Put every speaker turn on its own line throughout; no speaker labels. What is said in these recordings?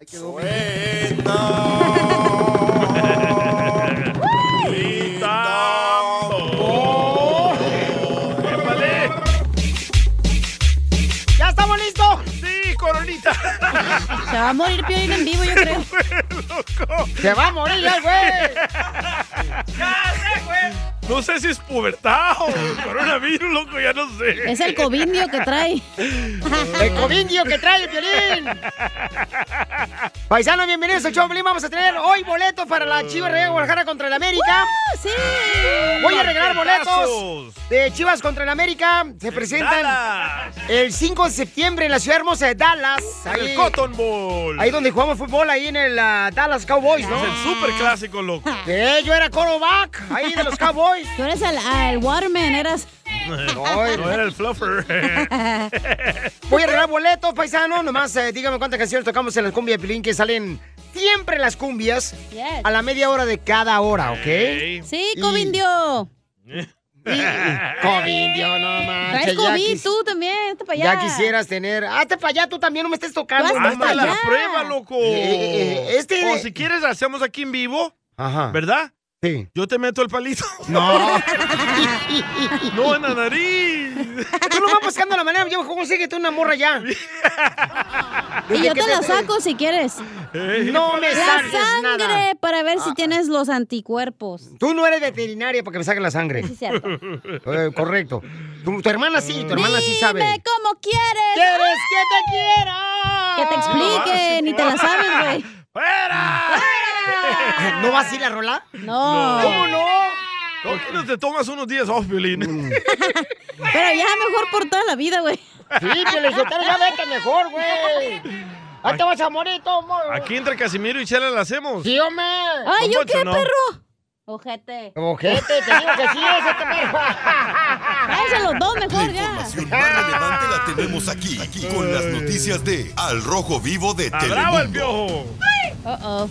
Hay que
Suelta. Y tambor. ¡Épale!
¡Ya estamos listos!
¡Sí, coronita!
Se va a morir Piolín en vivo, yo creo. ¡Se va a morir ya, güey!
No sé si es pubertad o coronavirus, loco, ya no sé.
Es el covindio que trae.
El covindio que trae el violín. Paisanos, bienvenidos al show, Piolín. Vamos a tener hoy boletos para la Chivas Real Guadalajara contra el América.
Ah,
¡Sí!
Voy a regalar boletos
¡Marquetazos!
de Chivas contra el América. Se presentan el 5 de septiembre en la ciudad hermosa de Dallas.
El
Ahí,
Cotton Bowl.
ahí donde jugamos fútbol, ahí en el ah, Dallas Cowboys, ¿no?
Es el super clásico, loco.
Eh, yo era quarterback, ahí de los Cowboys.
Tú eres el, ah, el Waterman, eras.
No era el fluffer.
Voy a regalar boletos, paisano. Nomás eh, dígame cuántas canciones tocamos en las cumbias de Pilín que salen siempre las cumbias
Yes.
a la media hora de cada hora, ¿ok?
Ey.
Sí, covindio.
COVID, Dios, no manches.
Traes
ya
COVID
quis-
tú también, vete para allá.
Ya quisieras tener. Hazte para allá, tú también no me estés tocando.
Tú
no
hazte
Hazte
manches.
la
allá.
prueba, loco.
Eh, eh, eh, este-
O si quieres, la hacemos aquí en vivo,
Ajá.
¿verdad?
Sí.
Yo te meto el palito.
No. Ah,
No en la nariz.
tú no vas buscando la manera. Yo, consíguete una morra ya.
Y
Desde
yo
que
te la saco si quieres.
Ey.
No me Ah.
La
saques
sangre
nada.
para ver si tienes los anticuerpos.
Tú no eres veterinaria para que me saquen la sangre.
Sí, cierto.
Eh, correcto. Tu, tu hermana sí, tu hermana sí sabe.
Dime cómo quieres
¿Quieres que te quiera?
que te explique, ni te la sabes, güey.
¡Fuera!
¿No va así la rola?
No.
¿Cómo no?
¿Por qué no te tomas unos días off,
Mm.
Violín?
Pero ya mejor por toda la vida, güey.
Sí, pero ya vete mejor, güey. Ahí te vas a morir, tomo.
Aquí entre Casimiro y Chela la hacemos.
Sí, hombre.
Ay,
Don
¿yo
Poncho,
qué,
no.
perro? Ojete.
Ojete, te digo que sí, ese te
Tráense los dos
La
mejor ya.
información más relevante la tenemos aquí, aquí con las noticias de Al Rojo Vivo de
¡Ah, bravo el
Telemundo.
piojo!
Uh-oh.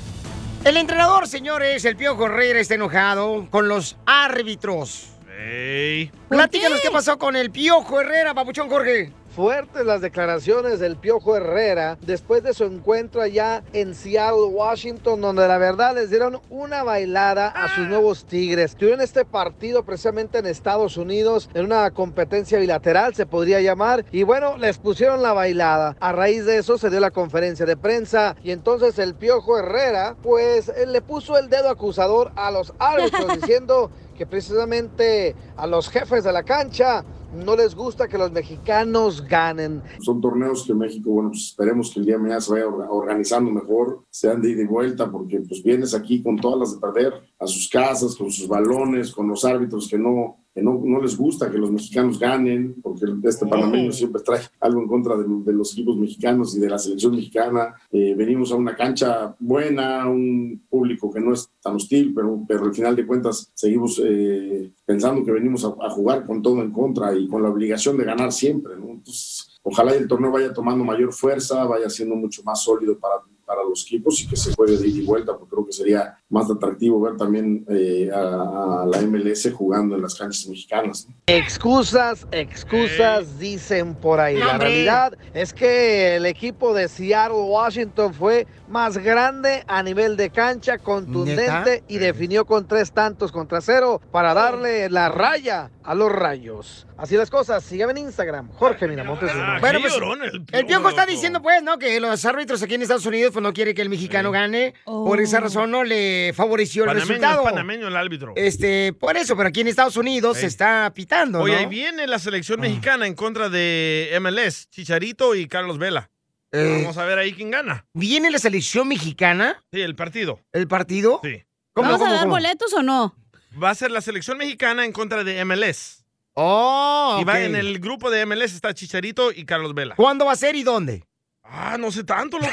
El entrenador, señores, el Piojo Herrera está enojado con los árbitros.
¡Ey!
¿Por
Platícanos
qué?
qué pasó con el Piojo Herrera, papuchón Jorge.
Fuertes las declaraciones del Piojo Herrera después de su encuentro allá en Seattle, Washington, donde la verdad les dieron una bailada a sus nuevos Tigres. Tuvieron este partido precisamente en Estados Unidos, en una competencia bilateral, se podría llamar, y bueno, les pusieron la bailada. A raíz de eso se dio la conferencia de prensa y entonces el Piojo Herrera, pues, eh, le puso el dedo acusador a los árbitros diciendo que precisamente a los jefes de la cancha no les gusta que los mexicanos ganen.
Son torneos que México, bueno, pues esperemos que el día de mañana se vaya orga- organizando mejor, sean de ida y vuelta, porque pues vienes aquí con todas las de perder, a sus casas, con sus balones, con los árbitros que no, que no, no les gusta que los mexicanos ganen, porque este panameño siempre trae algo en contra de, de los equipos mexicanos y de la selección mexicana. Eh, venimos a una cancha buena, un público que no es tan hostil, pero, pero al final de cuentas seguimos eh, pensando que venimos a, a jugar con todo en contra y con la obligación de ganar siempre, ¿no? Entonces, ojalá y el torneo vaya tomando mayor fuerza, vaya siendo mucho más sólido para, para los equipos y que se juegue de ida y vuelta, porque creo que sería más atractivo ver también eh, a, a la MLS jugando en las canchas mexicanas. ¿no?
Excusas, excusas, dicen por ahí.
No,
La
hombre.
realidad es que el equipo de Seattle, Washington fue más grande a nivel de cancha, contundente y definió con tres tantos contra cero para darle la raya a los rayos. Así las cosas, sígueme en Instagram, Jorge Miramontes. uno.
Ah,
Bueno,
qué
pues,
llorón el piojo.
El Piojo está
loco.
diciendo, pues, ¿no? Que los árbitros aquí en Estados Unidos pues, no quiere que el mexicano gane.
Oh.
Por esa razón no le favoreció el
Panameño, es
resultado.
panameño el árbitro.
Este, por eso, pero aquí en Estados Unidos
Ey.
se está pitando,
Oye,
¿no? Ah.
ahí viene la selección mexicana en contra de MLS, Chicharito y Carlos Vela.
Eh,
Vamos a ver ahí quién gana.
¿Viene la selección mexicana
Sí, el partido.
el partido?
Sí.
¿Vamos a dar boletos o no?
Va a ser la selección mexicana en contra de MLS.
Oh,
Y va
ok.
en el grupo de MLS está Chicharito y Carlos Vela.
¿Cuándo va a ser y dónde?
Ah, no sé tanto, loco.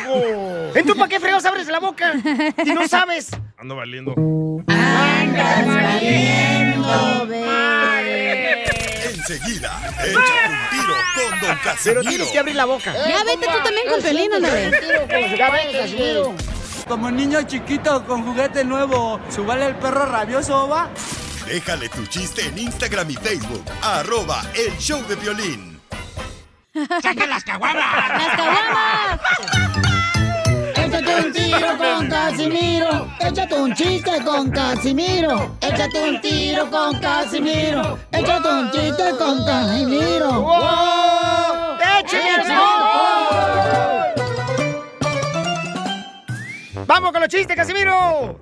¿Entonces para qué fregados abres la boca? Si no sabes.
Ando valiendo.
No, ve.
Enseguida, échate un tiro con Don
Pero
Casimiro.
tienes que abrir la boca.
Ya vete tú también con Pelín, ándale.
pues, Ya ven, Casimiro.
Como niño chiquito con juguete nuevo, subale el perro rabioso, va.
Déjale tu chiste en Instagram y Facebook, arroba el show de violín.
¡Las caguamas!
Échate
Casimiro, échate un chiste con Casimiro, échate un tiro con Casimiro, échate un chiste con Casimiro.
¡Wow! ¡Échame el ¡Vamos con los chistes, Casimiro!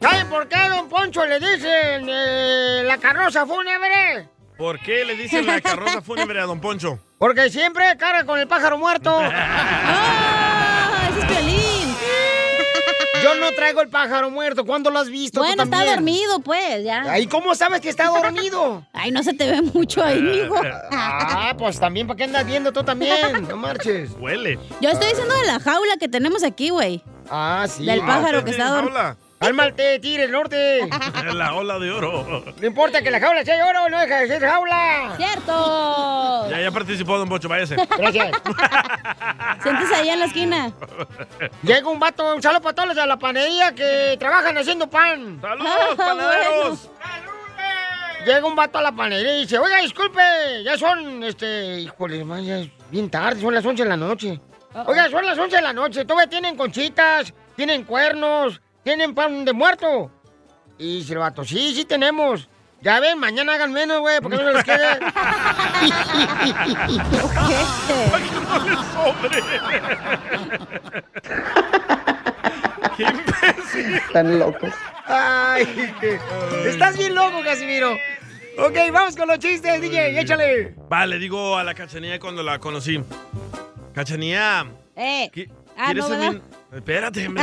¿Saben por qué a Don Poncho le dicen eh, la carroza fúnebre?
¿Por qué le dicen la carroza fúnebre a Don Poncho?
Porque siempre carga con el pájaro muerto.
Ah, ¡Ese es Piolín!
Yo no traigo el pájaro muerto. ¿Cuándo lo has visto? tú
Bueno, está
también?
dormido, pues, ya.
Ay, cómo sabes que está dormido?
Ay, no se te ve mucho ahí, mijo.
Eh, Ah, pues también, ¿para qué andas viendo tú también? No marches.
Huele.
Yo estoy diciendo de la jaula que tenemos aquí, güey.
Ah, sí.
Del pájaro
¿Usted
que
tiene
está dormido.
jaula?
Cálmate, tire el norte.
La ola de oro.
No importa que la jaula sea de oro, no deja de ser jaula.
¡Cierto!
Ya, ya participó Don Poncho, váyase.
Gracias.
Siéntese allá en la esquina.
Llega un vato, un saludo para todos los de la panadería que trabajan haciendo pan.
¡Saludos, panaderos!
Llega un vato a la panadería y dice, oiga, disculpe, ya son, este, híjole, man, ya es bien tarde, son las 11 de la noche. Oiga, son las 11 de la noche, todavía tienen conchitas, tienen cuernos, tienen pan de muerto. Y dice el vato, sí, sí tenemos. Ya ven, mañana hagan menos, güey, porque no les quede.
¡Ay, que no le sobre! ¡Qué imbécil!
Están locos.
Ay, qué- estás bien loco, Casimiro. Ok, vamos con los chistes, DJ, échale.
Vale, digo a la cachanilla cuando la conocí. Cachanilla,
¡Eh!
¿qui-
Ah,
¿quieres
no,
ser
¿verdad?
mi- Espérate, me.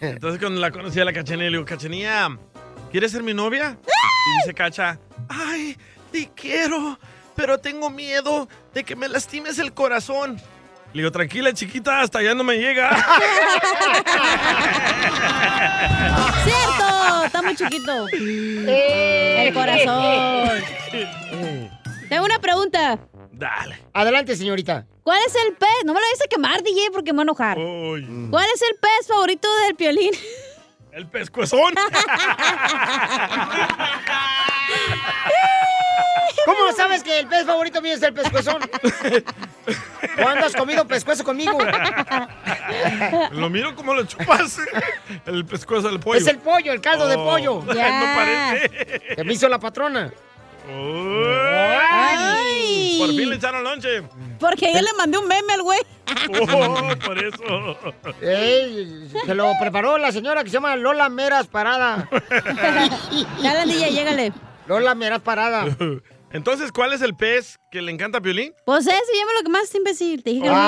Entonces cuando la conocí a la cachanilla, le digo, cachanilla, ¿quieres ser mi novia? Y dice cacha, ay, te quiero, pero tengo miedo de que me lastimes el corazón. Le digo, tranquila, chiquita, hasta allá no me llega.
Ah,
¡Cierto! Está muy chiquito.
Eh.
El corazón. Tengo una pregunta.
Dale.
Adelante, señorita.
¿Cuál es el pez? No me lo dice quemar, DJ, porque me voy a enojar.
Uy,
¿Cuál es el pez favorito del piolín?
el pescuezón.
¿Cómo sabes que el pez favorito mío es el pescuezón? ¿Cuándo has comido pescuezo conmigo?
lo miro como lo chupas. El pescuezo del pollo.
Es el pollo, el caldo de
Oh,
pollo.
Ya.
No parece.
Que me hizo la patrona.
Uy,
¡Ay!
por fin le echaron lonche.
Porque yo le mandé un meme al güey.
Oh, por eso.
Ey, se lo preparó la señora que se llama Lola Meras Parada.
Dale, DJ, llégale.
Lola Meras Parada.
Entonces, ¿cuál es el pez que le encanta a Piolín?
Pues ese, llama lo que más, imbécil. Te dije que no.
¡Ah!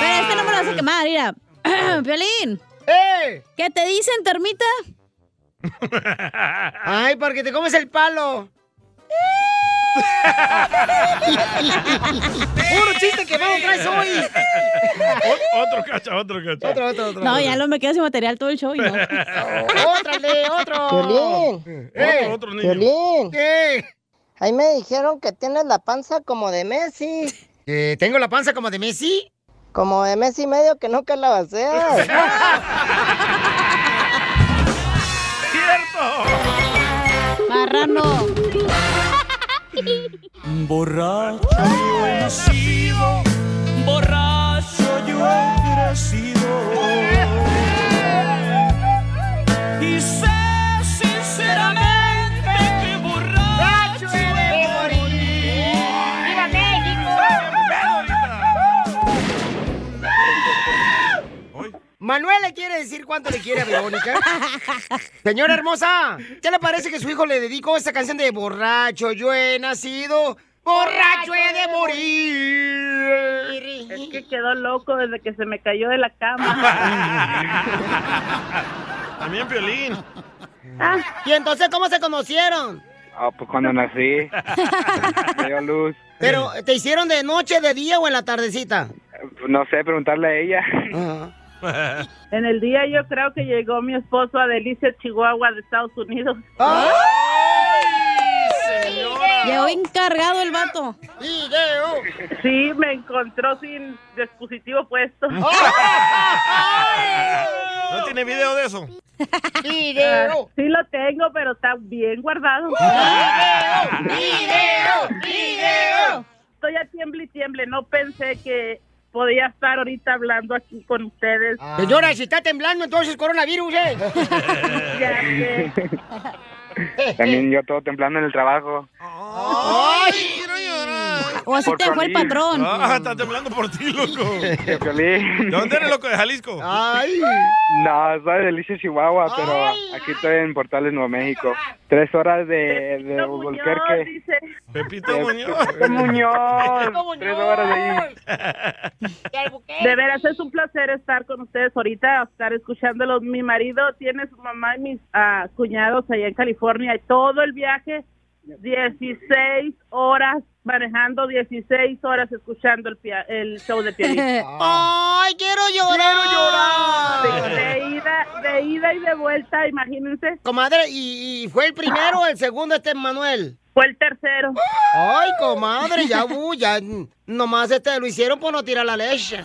Pero este no me lo vas a quemar, mira. Piolín,
¡Ey!
¿qué te dicen, termita?
¡Ay, porque te comes el palo! ¡Puro chiste que vamos traes hoy!
O- otro cacha, otro cacha.
Otro, otro, otro.
No, ya no me quedo sin material todo el show y no.
¡Ótrale, otro!
Violín,
Otro,
¡Eh!
otro niño.
violín.
¿Qué?
Ahí me dijeron que tienes la panza como de Messi.
Eh, ¿Tengo la panza como de Messi?
Como de Messi y medio que nunca la vacias.
¡Cierto!
Marrano.
Borracho yo he nacido, borracho yo he crecido. Y sé sinceramente que borracho he de morir.
¡Viva México!
Hoy,
Manuel le quiere decir cuánto le quiere a Verónica. Señora hermosa, ¿qué le parece que su hijo le dedicó esta canción de borracho? Yo he nacido, borracho he de
Es
morir.
que quedó loco desde que se me cayó de la cama.
También Piolín.
Ah.
¿Y entonces cómo se conocieron?
Ah, pues cuando nací, me dio luz.
¿Pero te hicieron de noche, de día o en la tardecita?
No sé, preguntarle a ella.
En el día yo creo que llegó mi esposo a Delicia, Chihuahua, de Estados Unidos.
Llegó encargado el vato.
¡Video!
Sí, me encontró sin dispositivo puesto.
¿No tiene video de eso?
¡Video!
Ah, Sí lo tengo, pero está bien guardado.
¡Video! ¡Video!
Estoy a tiemble y tiemble. No pensé que podía estar ahorita hablando aquí con ustedes.
Señora, si está temblando, entonces coronavirus, ¿eh?
Ya sé.
También yo todo temblando en el trabajo.
O así
Por
te fue el
Piolín.
patrón.
Ah, está temblando por ti, loco.
De Piolín.
¿De dónde eres, loco? ¿De Jalisco?
Ay.
No, soy de Lice, Chihuahua, pero aquí estoy en Portales, Nuevo México. Tres horas de, de Albuquerque.
Pepito
Este Muñoz.
Este
Pepito Muñoz. Tres horas de ahí.
De veras, es un placer estar con ustedes ahorita, estar escuchándolos. Mi marido tiene su mamá y mis ah, cuñados allá en California y todo el viaje, 16 horas manejando, 16 horas escuchando el, pia- el show de Piolín.
¡Ay, Ah. quiero llorar!
De, de ida, de ida y de vuelta, imagínense.
Comadre, ¿y, y fue el primero o el segundo este Manuel?
Fue el tercero.
Ay, comadre, ya, uh, ya, nomás este lo hicieron por no tirar la leche.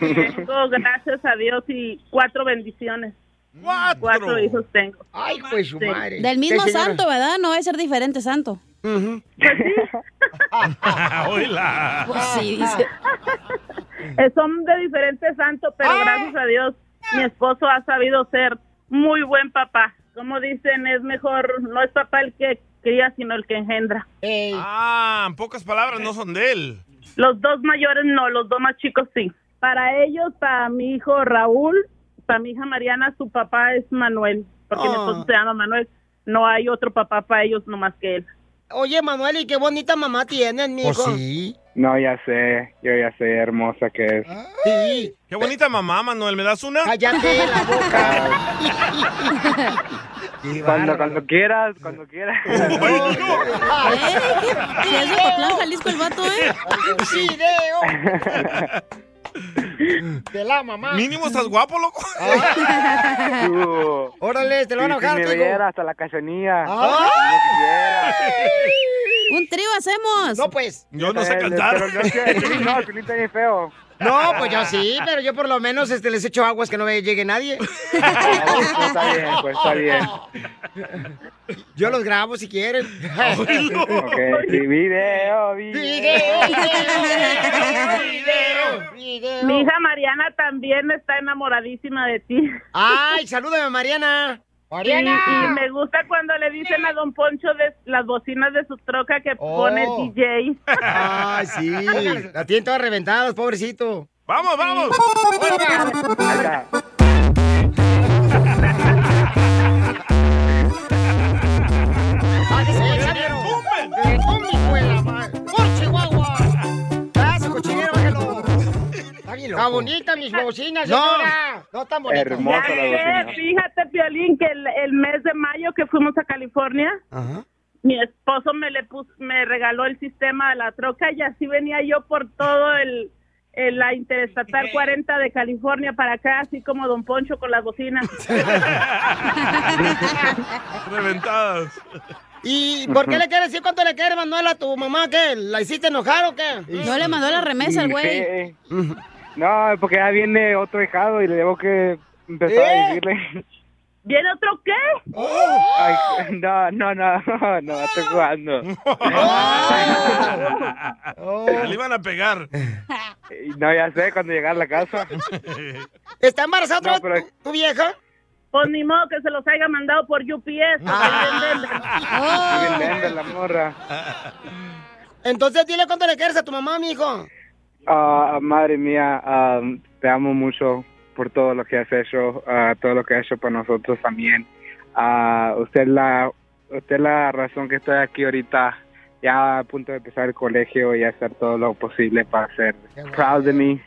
Tengo, gracias a Dios, y cuatro bendiciones.
Cuatro,
hijos tengo.
Ay, pues su madre.
Del mismo
Sí, señora.
santo, ¿verdad? No debe ser diferente santo.
Pues
Hola.
Pues sí, dice.
Eh, Son de diferentes santos, pero gracias a Dios mi esposo ha sabido ser muy buen papá. Como dicen, es mejor, no es papá el que cría, sino el que engendra.
Ah, en pocas palabras, no son de él.
Los dos mayores no, los dos más chicos sí. Para ellos, para mi hijo Raúl, para mi hija Mariana, su papá es Manuel, porque mi
Ah.
esposo se llama Manuel. No hay otro papá para ellos nomás que él.
Oye, Manuel, ¿y qué bonita mamá tienes, mijo?
Pues sí. No, ya sé. Yo ya sé, hermosa que es.
Sí.
Qué bonita mamá, Manuel. ¿Me das una?
Cállate la boca.
Cuando, cuando quieras, cuando quieras.
"Eh, Si es de Ocotlán, Jalisco, el vato, ¿eh?
¡Video! De la mamá. Ah.
Mínimo estás guapo, loco.
Tú.
Órale, te lo van a
Si-
bajar,
si me
Tigo.
viera hasta la cachanilla.
Ah.
Si me quisiera.
Un trío hacemos.
No, pues.
Yo no sé
Eh,
cantar.
pero no sé, el Piolín no, el Piolín está bien feo.
No, pues yo sí, pero yo por lo menos este, les echo aguas que no me llegue nadie.
Ah, pues, pues, está bien, pues está bien.
Yo los grabo si quieren.
Ok, sí, video, video.
Video, video.
Mi hija Mariana también está enamoradísima de ti.
Ay, salúdame, Mariana.
Y, y me gusta cuando le dicen a Don Poncho de las bocinas de su troca que
Oh.
pone el DJ.
Ay, sí. La tienen todas reventadas, pobrecito.
Vamos, vamos.
Ahí está.
¡Por Chihuahua! ¡Ah, su cochinero, bájalo! Está bien loco. Está bonita mis bocinas,
No.
señora. No, tan bonita.
Hermosa la
Eh,
bocina.
fíjate, Piolín, que el, el mes de mayo que fuimos a California, mi esposo me le pus- me regaló el sistema de la troca y así venía yo por todo el, el- la Interestatal 40 de California para acá, así como Don Poncho con las bocinas.
Reventadas.
¿Y por qué le quieres decir cuánto le quieres, Manuel, a tu mamá? ¿Qué? ¿La hiciste enojar o qué?
No le mandó la remesa al güey.
Sí. No, porque ya viene otro hijado y le debo que empezar
¿Eh?
a decirle.
¿Viene otro qué?
Oh.
Ay, no, no, no, no, estoy jugando.
Le iban a pegar.
No, ya sé, cuando llegar a la casa.
¿Está embarazada otra
No,
vez tu, tu vieja?
Pues ni modo que se los haya mandado por UPS.
Ah.
Bien, vende la morra.
Entonces dile cuánto le quieres a tu mamá, mijo.
Ah, madre mía, ah, te amo mucho por todo lo que has hecho, ah, todo lo que has hecho para nosotros también. Ah, usted es la, usted es la razón que estoy aquí ahorita, ya a punto de empezar el colegio y hacer todo lo posible para ser proud de mí.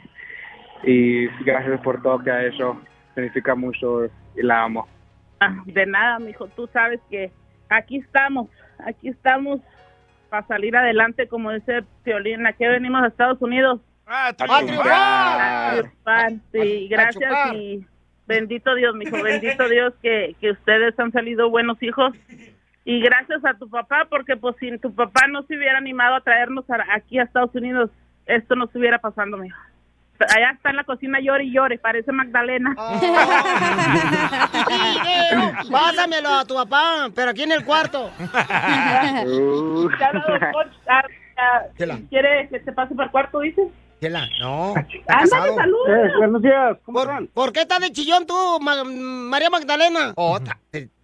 Y gracias por todo que ha hecho, significa mucho y la amo.
Ah, de nada, mijo, tú sabes que aquí estamos, aquí estamos para salir adelante, como dice Piolín, aquí venimos a Estados Unidos.
Ah,
A
a
triunfar.
triunfar, sí,
a
gracias
chupar.
y bendito Dios, mijo, bendito Dios que, que ustedes han salido buenos hijos. Y gracias a tu papá, porque pues sin tu papá no se hubiera animado a traernos a- aquí a Estados Unidos, esto no se hubiera pasando, mijo. Allá está en la cocina llore y llore, parece Magdalena.
Ah. Pásamelo a tu papá, pero aquí en el cuarto.
Uh.
Ya, no, doctor, ya, ya.
Chela.
¿Quiere que se pase para el cuarto, dices?
Chela, no.
Ándale, saluda. Eh,
buenos días, ¿cómo ¿Por, ¿Por qué estás de chillón tú, Ma- María Magdalena?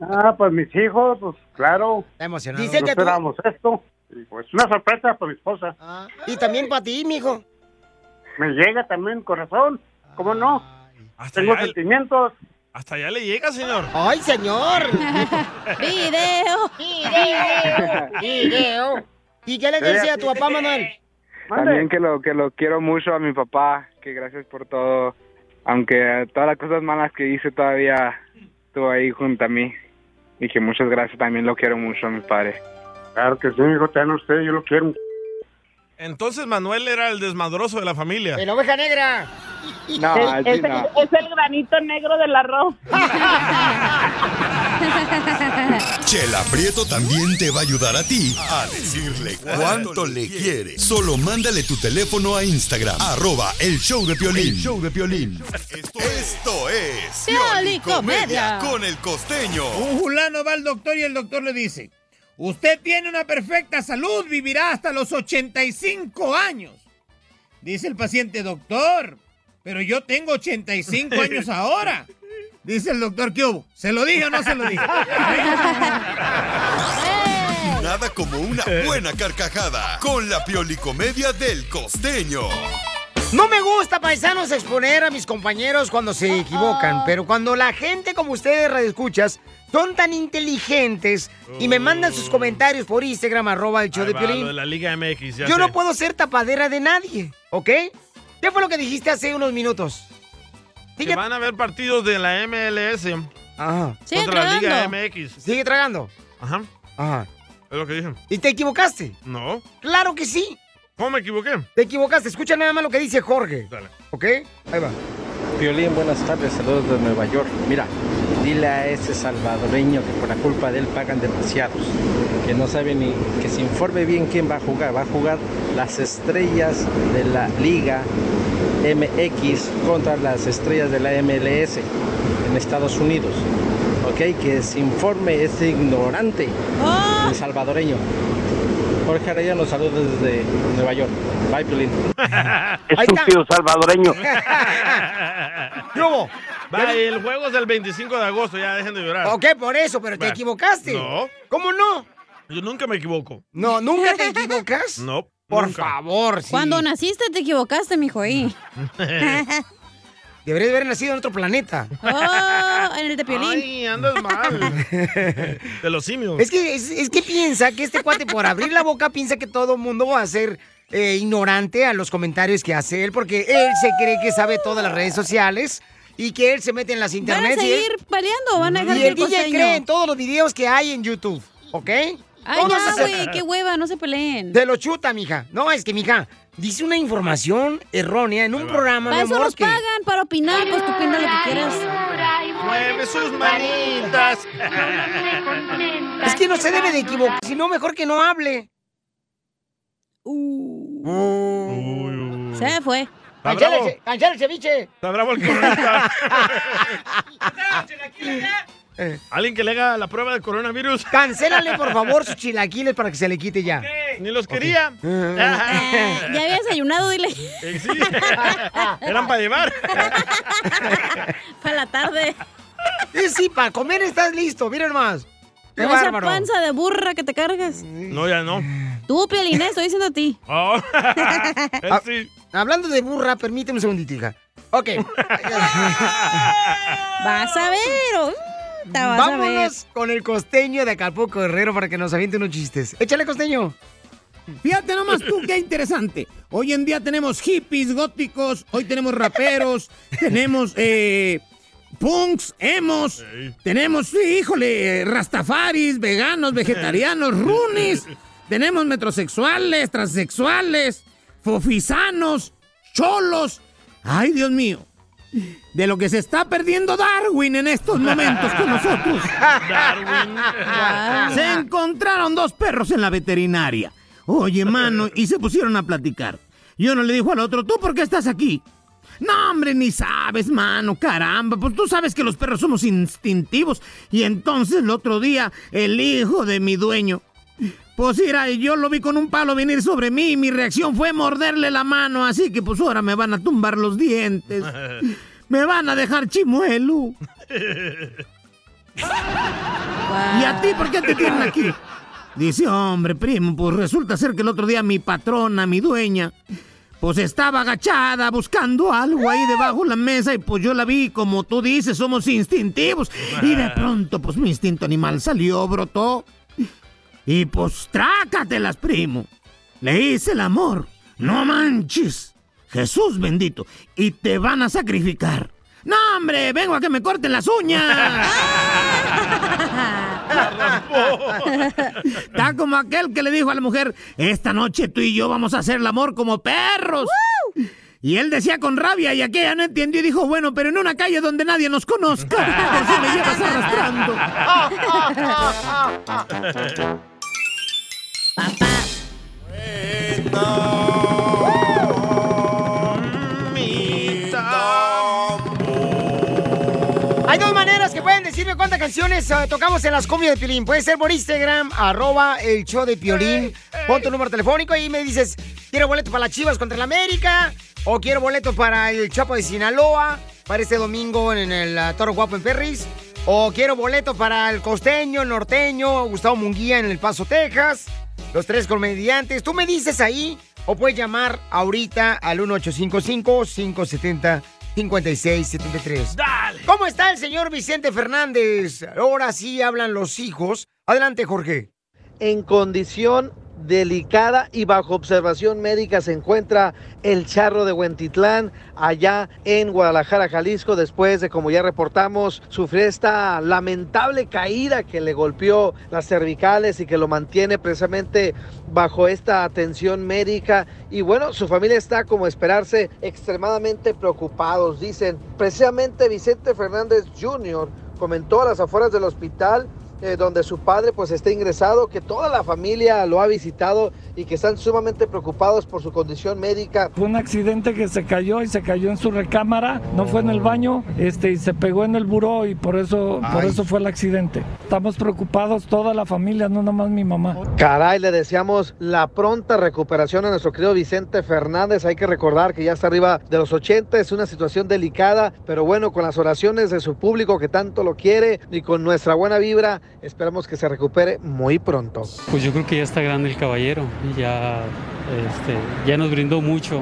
Ah, pues mis hijos, pues claro.
emocionado.
Dice
Dice
que
que tú- Ah.
esperamos esto. Y pues una sorpresa para mi esposa.
Y también para ti, mijo.
Me llega también corazón. ¿Cómo no? Tengo
ya el-
sentimientos.
Hasta allá le llega, señor.
¡Ay, señor!
¡Video!
¡Video! ¡Video! ¿Y qué le decía a tu papá, Manuel?
También
Mande.
que lo, que lo quiero mucho a mi papá, que gracias por todo. Aunque todas las cosas malas que hice todavía estuvo ahí junto a mí. Y que muchas gracias, también lo quiero mucho a mi padre.
Claro que sí, hijo, te dan usted, yo lo quiero. un-
Entonces Manuel era el desmadroso de la familia.
¡El oveja negra!
No,
es,
así
es-
no.
es el granito negro del arroz.
Chela Prieto también te va a ayudar a ti a decirle cuánto le quiere. Solo mándale tu teléfono a Instagram, arroba el show de Piolín.
El
show de Piolín. Esto es Comedia con el costeño.
Un fulano va al doctor y el doctor le dice, usted tiene una perfecta salud, vivirá hasta los 85 años. Dice el paciente, doctor, pero yo tengo 85 años ahora. Dice el doctor, ¿qué hubo? ¿Se lo dije o no se lo dije?
Nada como una
Eh.
buena carcajada con la piolicomedia del costeño.
No me gusta, paisanos, exponer a mis compañeros cuando se equivocan, pero cuando la gente como ustedes radioescuchas son tan inteligentes y me mandan sus comentarios por Instagram, arroba el show
Oh. Ahí
de
va,
Piolín,
lo de la Liga MX. ya
yo
sé.
no puedo ser tapadera de nadie, ¿ok? ¿Qué fue lo que dijiste hace unos minutos?
Que van a haber partidos de la MLS
Ajá.
contra la Liga MX.
Sigue tragando.
Ajá.
Ajá.
Es lo que dije.
¿Y te equivocaste?
No.
Claro que sí.
¿Cómo me equivoqué?
Te equivocaste. Escucha nada más lo que dice Jorge. ¿Ok? Ahí va.
Violín, buenas tardes, saludos de Nueva York. Mira, dile a ese salvadoreño que por la culpa de él pagan demasiados, que no sabe ni que se informe bien quién va a jugar. Va a jugar las estrellas de la Liga MX contra las estrellas de la MLS en Estados Unidos. Ok, que se informe ese ignorante,
Ah.
el salvadoreño. Jorge Arellano, saludos desde Nueva York. Bye, Piolín.
Estúpido salvadoreño.
¿Cómo?
Va, el juego es el 25 de agosto, ya dejen de llorar.
Ok, por eso, pero te
Va.
equivocaste.
No.
¿Cómo no?
Yo nunca me equivoco.
No, nunca te equivocas.
No.
Por
nunca.
favor, sí.
Cuando naciste te equivocaste, mijo, ahí.
Deberías haber nacido en otro planeta. Ah.
Oh, en el de Piolín.
Ay, andas mal. De los simios.
Es que, es, es que piensa que este cuate, por abrir la boca, piensa que todo mundo va a ser eh, ignorante a los comentarios que hace él, porque él se cree que sabe todas las redes sociales y que él se mete en las
¿Van a
internets. y él-
seguir peleando o van a dejar
y
que
el DJ
costeño?
cree en todos los videos que hay en YouTube, ¿ok?
Ay,
Todos
ya,
se-
güey, qué hueva, no se peleen.
Te lo chuta, mija. No, es que, mija, dice una información errónea en un programa,
Para
de
eso
amor,
nos
que...
pagan, para opinar, pues tú opina lo que quieras.
Mueve sus manitas.
Es que no se debe de equivocar, si no, mejor que no hable.
Uh. Se fue.
Ah,
¡Cancela el ce- cancela el ceviche!
Está bravo el coronavirus. Eh, Alguien que le haga la prueba de coronavirus.
Cancélale, por favor, sus chilaquiles para que se le quite ya.
Ni los quería.
Eh, ya había desayunado, dile.
Eh,
Eran para llevar.
Para la tarde.
Sí, sí, para comer estás listo, miren más. Qué
Con esa
bárbaro. Mm.
panza de burra que te cargas.
No, ya no.
Tú, Piolín, estoy diciendo a ti.
Oh.
Ah, Hablando de burra, permíteme un segundito, hija. Ok.
vas a ver. o- te vas a ver.
Vámonos con el costeño de Acapulco Herrero para que nos aviente unos chistes. Échale, costeño.
Fíjate nomás tú, qué interesante. Hoy en día tenemos hippies góticos, hoy tenemos raperos, tenemos eh, punks, emos, tenemos, sí, híjole, eh, rastafaris, veganos, vegetarianos, runis, tenemos metrosexuales, transexuales, fofisanos, cholos. Ay, Dios mío. De lo que se está perdiendo Darwin en estos momentos con nosotros.
Ah.
Darwin.
Se encontraron dos perros en la veterinaria. Oye, mano, y se pusieron a platicar. Y uno le dijo al otro, ¿tú por qué estás aquí? No, hombre, ni sabes, mano, caramba. Pues tú sabes que los perros somos instintivos. Y entonces el otro día, el hijo de mi dueño Pues mira, yo lo vi con un palo venir sobre mí y mi reacción fue morderle la mano, así que pues ahora me van a tumbar los dientes. Me van a dejar chimuelo. ¿Y a ti por qué te tienen aquí? Dice, hombre, primo, pues resulta ser que el otro día mi patrona, mi dueña, pues estaba agachada buscando algo ahí debajo de la mesa y pues yo la vi, como tú dices, somos instintivos. Y de pronto, pues mi instinto animal salió, brotó. Y pues trácatelas, primo. Le hice el amor. No manches. Jesús bendito. Y te van a sacrificar. No, hombre, vengo a que me corten las uñas. Está como aquel que le dijo a la mujer, esta noche tú y yo vamos a hacer el amor como perros. Y él decía con rabia y aquella no entendió y dijo, bueno, pero en una calle donde nadie nos conozca, porque me llevas arrastrando.
Hay dos maneras que pueden decirme cuántas canciones eh, tocamos en las cumbias de Piolín. Puede ser por Instagram, arroba el show de Piolín. Pon tu número telefónico y me dices, quiero boleto para las Chivas contra el América o quiero boleto para el Chapo de Sinaloa para este domingo en el ah, Toro Guapo en Perris. O quiero boleto para el costeño, el norteño, Gustavo Munguía en El Paso, Texas. Los tres comediantes. Tú me dices ahí o puedes llamar ahorita al 1855-570-5673. ¡Dale! ¿Cómo está el señor Vicente Fernández? Ahora sí hablan los hijos. Adelante, Jorge.
En condición delicada y bajo observación médica se encuentra el charro de Huentitlán allá en Guadalajara, Jalisco, después de, como ya reportamos, sufrió esta lamentable caída que le golpeó las cervicales y que lo mantiene precisamente bajo esta atención médica. Y bueno, su familia está, como esperarse, extremadamente preocupados. Dicen, precisamente Vicente Fernández Jr. comentó a las afueras del hospital eh, donde su padre pues está ingresado, que toda la familia lo ha visitado y que están sumamente preocupados por su condición médica.
Fue un accidente que se cayó y se cayó en su recámara, no fue en el baño, este y se pegó en el buró y por eso por
Ay.
eso fue el accidente. Estamos preocupados toda la familia, no nomás mi mamá.
Caray, le deseamos la pronta recuperación a nuestro querido Vicente Fernández. Hay que recordar que ya está arriba de los 80, es una situación delicada, pero bueno, con las oraciones de su público que tanto lo quiere y con nuestra buena vibra, esperamos que se recupere muy pronto.
Pues yo creo que ya está grande el caballero, ya, este, ya nos brindó mucho.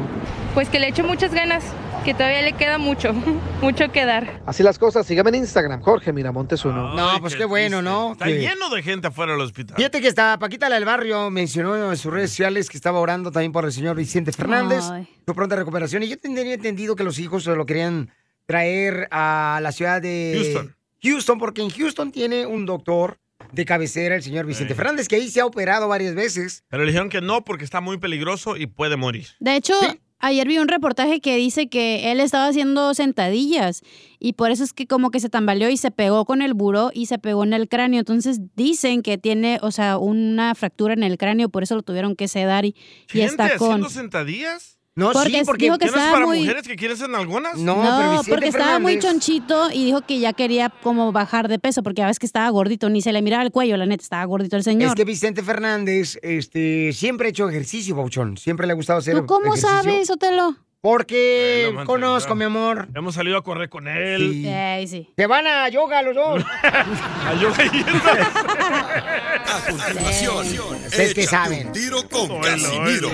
Pues que le echo muchas ganas, que todavía le queda mucho, mucho que dar.
Así las cosas, síganme en Instagram, Jorge Miramontes uno.
No, pues qué bueno, ¿no?
Está
Que-
lleno de gente afuera del hospital.
Fíjate que está Paquita la del Barrio mencionó en sus redes sociales que estaba orando también por el señor Vicente Fernández,
Ay.
su pronta recuperación. Y yo tendría entendido que los hijos se lo querían traer a la ciudad de
Houston.
Houston, porque en Houston tiene un doctor de cabecera, el señor Vicente Fernández, que ahí se ha operado varias veces.
Pero le dijeron que no porque está muy peligroso y puede morir.
De hecho, ayer vi un reportaje que dice que él estaba haciendo sentadillas y por eso es que como que se tambaleó y se pegó con el buró y se pegó en el cráneo. Entonces dicen que tiene, o sea, una fractura en el cráneo, por eso lo tuvieron que sedar y, y
¿Gente
está con...
haciendo sentadillas?
No, sí, Porque porque- dijo que
¿Que no es
estaba
para
muy-
mujeres que quieren ser algunas?
No, porque estaba muy chonchito y dijo que ya quería como bajar de peso porque ya ves que estaba gordito, ni se le miraba el cuello, la neta, estaba gordito el señor.
Es que Vicente Fernández este, siempre ha hecho ejercicio, Bauchón. Siempre le ha gustado hacer
¿Tú cómo
ejercicio.
sabes, Otelo?
Porque
Ay, lo
conozco, mi amor.
Hemos salido a correr con él.
Ay, sí.
Se van a yoga los dos.
A yoga y
Continuación.
Ustedes que
Échate
saben.
Un tiro con Casimiro.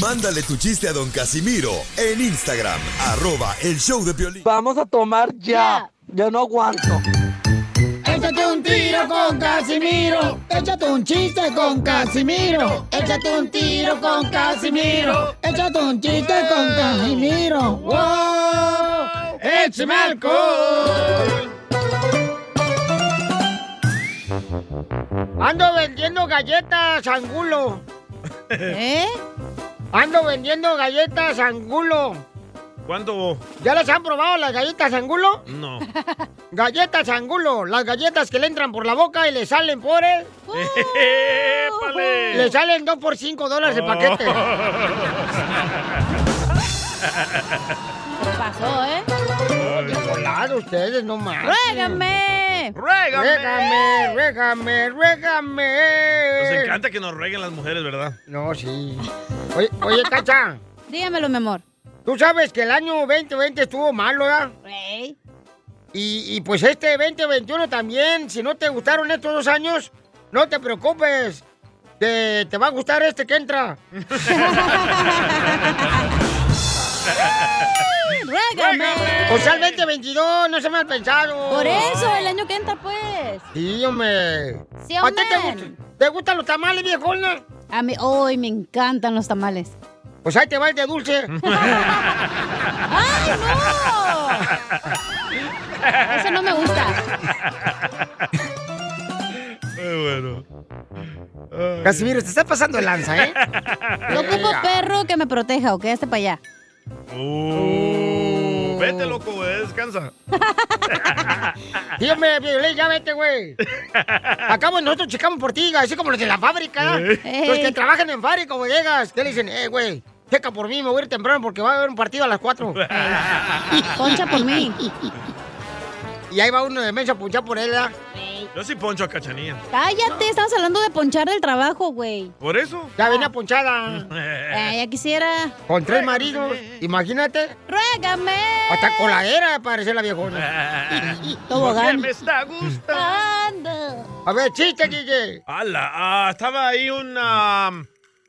Mándale tu chiste a don Casimiro en Instagram, arroba el show de violín.
Vamos a tomar ya. Yo no aguanto. Échate un tiro con Casimiro. Échate un chiste con Casimiro. Échate un tiro con Casimiro. Échate un chiste con Casimiro. ¡Wow! ¡Échame alcohol!
Ando vendiendo galletas, Angulo.
¿Eh?
Ando vendiendo galletas, Angulo.
¿Cuándo?
¿Ya las han probado las galletas, Angulo?
No.
Galletas, Angulo. Las galletas que le entran por la boca y le salen por el...
¡Épale!
Le salen dos por cinco dólares el paquete.
Pasó, ¿eh?
mal ustedes, no más.
¡Ruégame!
¡Ruégame! ¡Ruégame! ¡Ruégame! ¡Ruégame!
Nos encanta que nos rueguen las mujeres, ¿verdad?
No, sí. Oye, oye, Cacha.
Dígamelo, mi amor.
Tú sabes que el año 2020 estuvo malo, ¿verdad? Y, y pues este 2021 también, si no te gustaron estos dos años, no te preocupes. Te, te va a gustar este que entra. O sea, el 2022, no se me ha pensado.
Por eso, el año que entra, pues.
Sí, hombre.
Sí,
¿A ti te,
hombre.
gust- te gustan los tamales, viejona?
A mí, hoy me encantan los tamales.
Pues ahí te va el de dulce.
¡Ay, no! Eso no me gusta.
Muy bueno.
Casimiro, te está pasando de lanza, ¿eh?
Yo ocupo perro que me proteja, ¿ok? Este para allá.
Uh, vete, loco, güey, descansa.
Dígame, Violín, ya vete, güey. Acabo, nosotros checamos por ti, así como los de la fábrica.
Ey.
Los que trabajan en fábrica, güey, llegas. Te le dicen, eh, güey, checa por mí, me voy a ir temprano porque va a haber un partido a las 4.
Poncha por mí.
Y ahí va uno de mesa a punchar por él, ¿verdad?
Yo sí poncho a cachanilla.
Cállate, estamos hablando de ponchar del trabajo, güey.
¿Por eso?
Ya venía ponchada.
Ay, ya quisiera.
Con tres maridos, imagínate.
¡Ruégame!
Hasta coladera parece la viejona.
Tobogán.
me está
gustando.
A ver, chiste, Guille.
¡Hala! ah, estaba ahí una.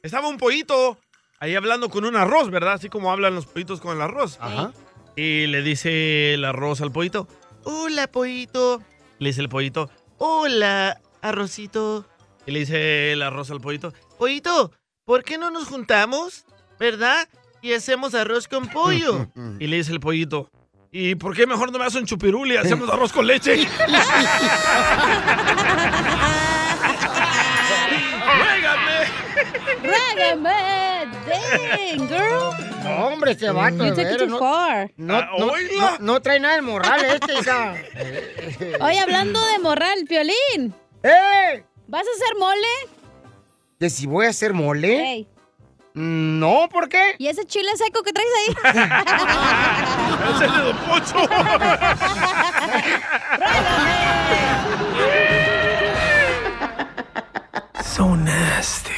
Estaba un pollito ahí hablando con un arroz, ¿verdad? Así como hablan los pollitos con el arroz.
Ajá.
Y le dice el arroz al pollito. Hola, pollito. Le dice el pollito. Hola, arrocito. Y le dice el arroz al pollito. Pollito, ¿por qué no nos juntamos? ¿Verdad? Y hacemos arroz con pollo. y le dice el pollito. ¿Y por qué mejor no me haces un chupirul y hacemos arroz con leche?
¡Ruégame!
¡Ruégame! ¡Dang, girl!
No, hombre, este vato.
You
de
took it
veras,
too
no,
far.
No,
Ah,
no,
oíla.
no- no trae nada de morral este, hija.
Oye, hablando de morral, Piolín.
¡Eh!
¿Vas a hacer mole?
¿Que si voy a hacer mole?
Ey.
Mm, No, ¿por qué?
¿Y ese chile seco que traes ahí?
¡Ese de Don Pocho!
So nasty.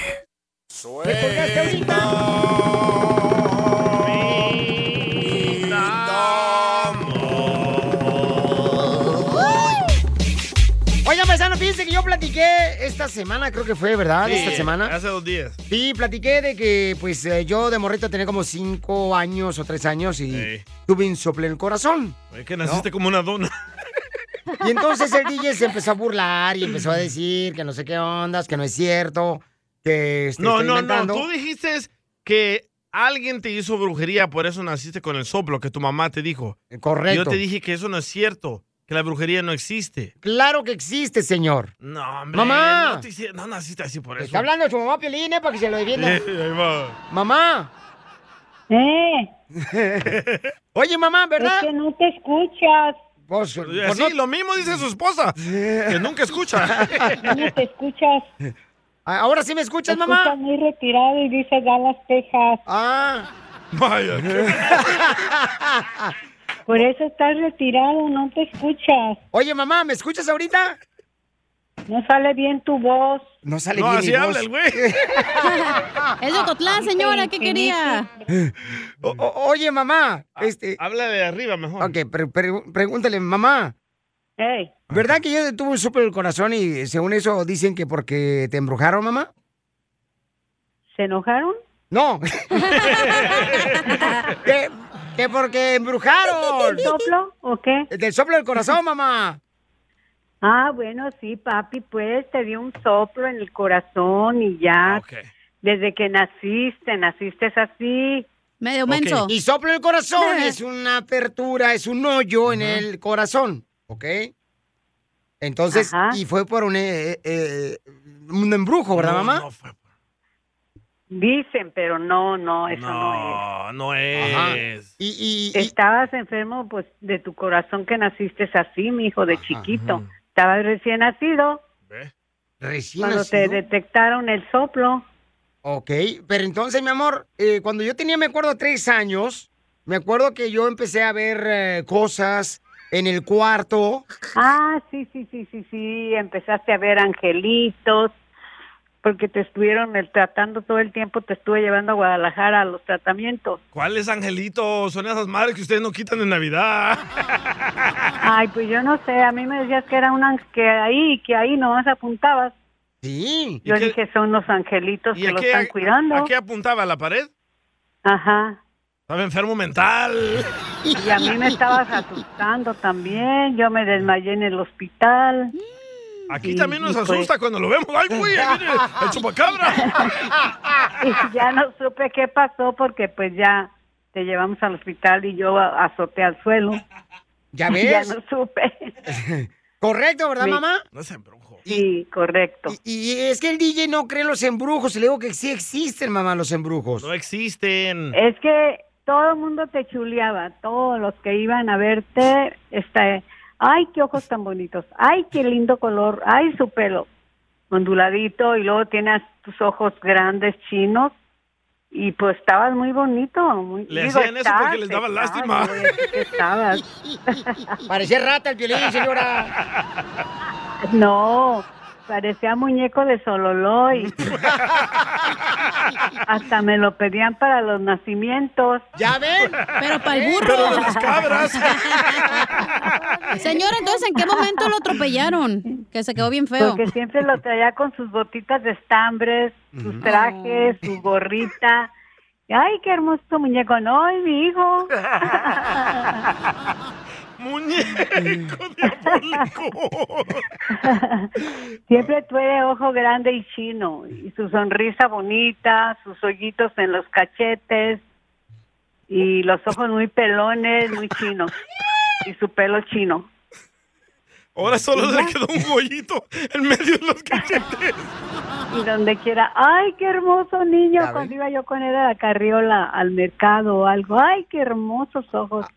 Oigan, paisano, fíjense que yo platiqué esta semana, creo que fue, ¿verdad?
Sí,
Ah, esta semana.
Hace dos días.
Sí, platiqué de que, pues, eh, yo de morrito tenía como cinco años o tres años y tuve un sople en el corazón.
Es que naciste como una dona.
Y entonces el DJ se empezó a burlar y empezó a decir que no sé qué ondas, que no es cierto, que este,
No,
estoy
no, no.
inventando.
Tú dijiste que alguien te hizo brujería, por eso naciste con el soplo que tu mamá te dijo.
Eh, correcto.
Yo te dije que eso no es cierto, que la brujería no existe.
Claro que existe, señor.
No, hombre.
Mamá.
No, te hice- no naciste así por eso.
Está hablando su mamá Piolín, ¿eh? Para que se lo
Eh,
defienda.
ahí va.
mamá.
Eh.
Oye, mamá, ¿verdad?
Es que no te escuchas.
Vos, eh,
Así, Eh, lo mismo dice su esposa, que nunca escucha.
No te escuchas.
Ah, Ahora sí me escuchas, mamá?
Escuchas muy retirado y dice Dallas, Texas.
Ah.
Vaya.
Por eso estás retirado, no te escuchas.
Oye, mamá, ¿me escuchas ahorita?
No sale bien tu voz.
No sale
No,
bien
así
mi
habla
voz.
el güey.
es de Ocotlán, señora, ¿qué quería?
O- o- oye, mamá. Este...
Ah, Habla de arriba mejor.
Ok, pre- pre- pregúntale, mamá. ¿Verdad que yo tuve un súper en el corazón y según eso dicen que porque te embrujaron, mamá?
¿Se enojaron?
No. que, que porque embrujaron.
¿Del soplo o qué?
Del soplo del corazón, mamá.
Ah, bueno, sí, papi, pues te dio un soplo en el corazón y ya. Desde que naciste, naciste así.
Medio
menso.
Y soplo en el corazón es una apertura, es un hoyo en el corazón, ¿ok? Entonces, y fue por un, eh, eh, un embrujo, ¿verdad,
No,
mamá?
no
Dicen, pero no, no, eso no, es.
No, no es.
Ajá.
Y,
Estabas enfermo pues de tu corazón que naciste así, mi hijo, de chiquito. Estabas recién nacido
Recién
cuando te
nacido.
detectaron el soplo.
Ok, pero entonces, mi amor, eh, cuando yo tenía, me acuerdo, tres años, me acuerdo que yo empecé a ver eh, cosas, en el cuarto.
Ah, sí, sí, sí, sí, sí. Empezaste a ver angelitos, porque te estuvieron el- tratando todo el tiempo, te estuve llevando a Guadalajara a los tratamientos.
¿Cuáles angelitos? Son esas madres que ustedes no quitan en Navidad.
Ay, pues yo no sé, a mí me decías que era un ángel, que ahí, que ahí nomás apuntabas.
Sí.
Yo
¿Y qué-
dije, son los angelitos
¿Y
que
a
lo
qué,
están cuidando.
a qué apuntaba? ¿A la pared?
Ajá.
Estaba enfermo mental.
Y a mí me estabas asustando también, yo me desmayé en el hospital.
Aquí
Y-
también nos
y pues-
asusta cuando lo vemos. ¡Ay, güey! ahí viene ¡El chupacabra!
y ya no supe qué pasó porque pues ya te llevamos al hospital y yo a- azoté al suelo.
¿Ya
Ya
ves?
no supe.
Correcto, ¿verdad,
Sí.
mamá?
No se
Sí, correcto.
Y, y es que el DJ no cree los embrujos. Y le digo que sí existen, mamá, los embrujos.
No existen.
Es que todo el mundo te chuleaba, todos los que iban a verte, este, ay, qué ojos tan bonitos, ay, qué lindo color, ay, su pelo onduladito y luego tienes tus ojos grandes chinos y pues estabas muy bonito. Muy,
Le
digo,
hacían eso
estás,
porque les daba
estabas,
lástima.
voy a decir que estabas.
Parecía rata el violín, señora.
No, parecía muñeco de Sololoy. Hasta me lo pedían para los nacimientos.
¿Ya ven?
Pero para el burro. Pero de las cabras. Señora, entonces, ¿en qué momento lo atropellaron? Que se quedó bien feo.
Porque siempre lo traía con sus botitas de estambres, sus trajes, su gorrita. Ay, qué hermoso muñeco. No, es mi hijo.
¡Muñeco diabólico!
Siempre tuve ojo grande y chino, y su sonrisa bonita, sus hoyitos en los cachetes, y los ojos muy pelones, muy chinos, y su pelo chino.
Ahora solo le quedó un hoyito en medio de los cachetes.
Y donde quiera, ¡ay, qué hermoso niño!
Ya
Cuando
ven.
iba yo con él a la carriola, al mercado o algo, ¡ay, qué hermosos ojos!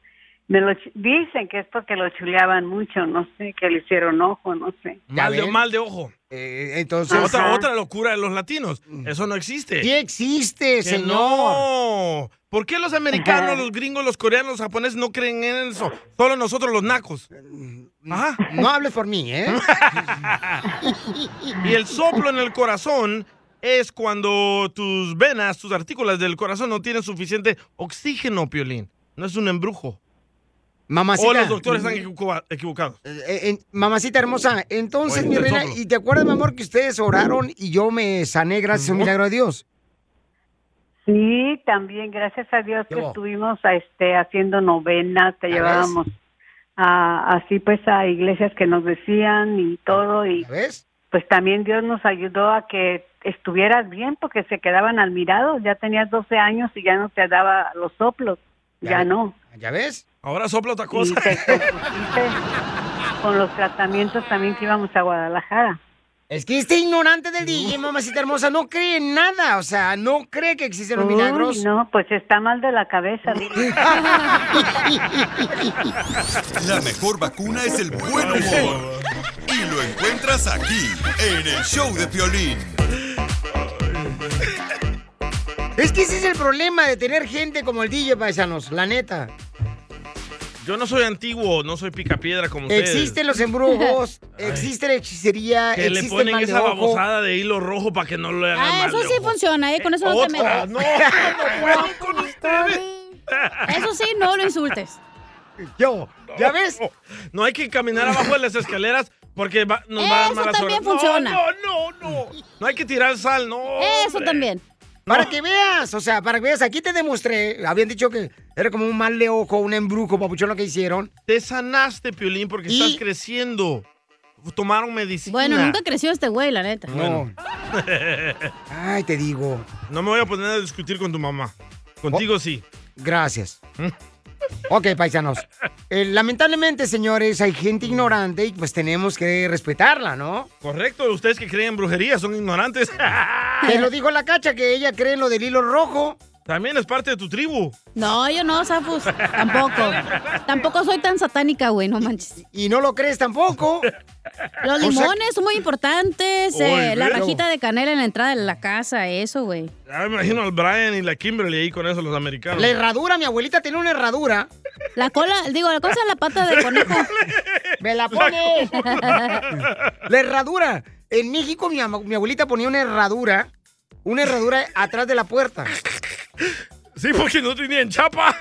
Me lo chu- dicen que es porque lo chuleaban mucho, no sé, que le hicieron ojo, no sé.
Mal de, mal de ojo.
entonces-
Otra,
Ajá.
otra locura de los latinos. Eso no existe.
Sí existe,
Que
señor.
No. ¿Por qué los americanos, los gringos, los coreanos, los japoneses no creen en eso? Solo nosotros los nacos. Ajá.
Mm, No hables por mí, ¿eh?
Y el soplo en el corazón es cuando tus venas, tus artículas del corazón no tienen suficiente oxígeno, Piolín. No es un embrujo.
Mamacita.
O los doctores están equivoca- equivocados.
Eh, en- mamacita hermosa, entonces,
Oye,
mi
del
reina,
soplo.
¿y te acuerdas, mi amor, que ustedes oraron y yo me sané gracias a un milagro de Dios?
Sí, también, gracias a Dios que
¿Qué hubo?
estuvimos a, este, haciendo novenas, te
¿Ya
llevábamos a, así pues a iglesias que nos decían y todo. y Pues también Dios nos ayudó a que estuvieras bien porque se quedaban al mirado, ya tenías 12 años y ya no te daba los soplos, ya, no.
¿Ya ves?
Ahora sopla otra
Y
cosa.
te compusiste con los tratamientos también que íbamos a Guadalajara.
Es que este ignorante del DJ, mamacita hermosa, no cree en nada. O sea, no cree que existen los
Uy,
milagros.
no, pues está mal de la cabeza. dile.
La mejor vacuna es el buen humor. Y lo encuentras aquí, en el show de Piolín.
Es que ese es el problema de tener gente como el DJ, paisanos, la neta.
Yo no soy antiguo, no soy picapiedra como ustedes.
Existen los embrujos, existe la
Ah,
hechicería,
Que le
existe el
ponen
mal de
esa
ojo.
babosada de hilo rojo para que no lo hagan
Ah,
mal
eso
de
sí
ojo.
funciona, ¿eh? Con eso no te
Otra,
metas.
no, no puedo con ustedes.
Eso sí, no lo insultes.
Yo, ¿ya ves?
No hay que caminar abajo de las escaleras porque va- nos va a dar
Eso
mala
también
suerte. No,
funciona.
No, no, no, No hay que tirar sal, no.
Eso también. Para que veas, o sea, para que veas, aquí te demostré. Habían dicho que era como un mal de ojo, un embrujo, papuchón, lo que hicieron.
Te sanaste, Piolín, porque estás creciendo. Tomaron medicina.
Bueno, nunca creció este güey, la neta.
Bueno.
Ay, te digo.
No me voy a poner a discutir con tu mamá. Contigo sí.
Oh,
Mm.
Gracias. Ok, paisanos. Eh, lamentablemente, señores, hay gente ignorante y pues tenemos que respetarla, ¿no?
Correcto, ustedes que creen en brujería son ignorantes. Ah.
Te lo dijo la cacha que ella cree en lo del hilo rojo.
También es parte de tu tribu.
No, yo no, Zafus. Tampoco. Tampoco soy tan satánica, güey, no manches.
Y no lo crees tampoco.
Los
O sea-
limones son muy importantes. eh,
Oy,
la
veo.
rajita de canela en la entrada de la casa, eso, güey.
Ya me imagino al Brian y la Kimberly ahí con eso, los americanos.
La herradura, mi abuelita tenía una herradura.
La cola, digo, la cosa la pata de conejo.
¡Me la pones! La herradura. En México mi, ama- mi abuelita ponía una herradura, una herradura atrás de la puerta.
Sí, porque no tenían chapa.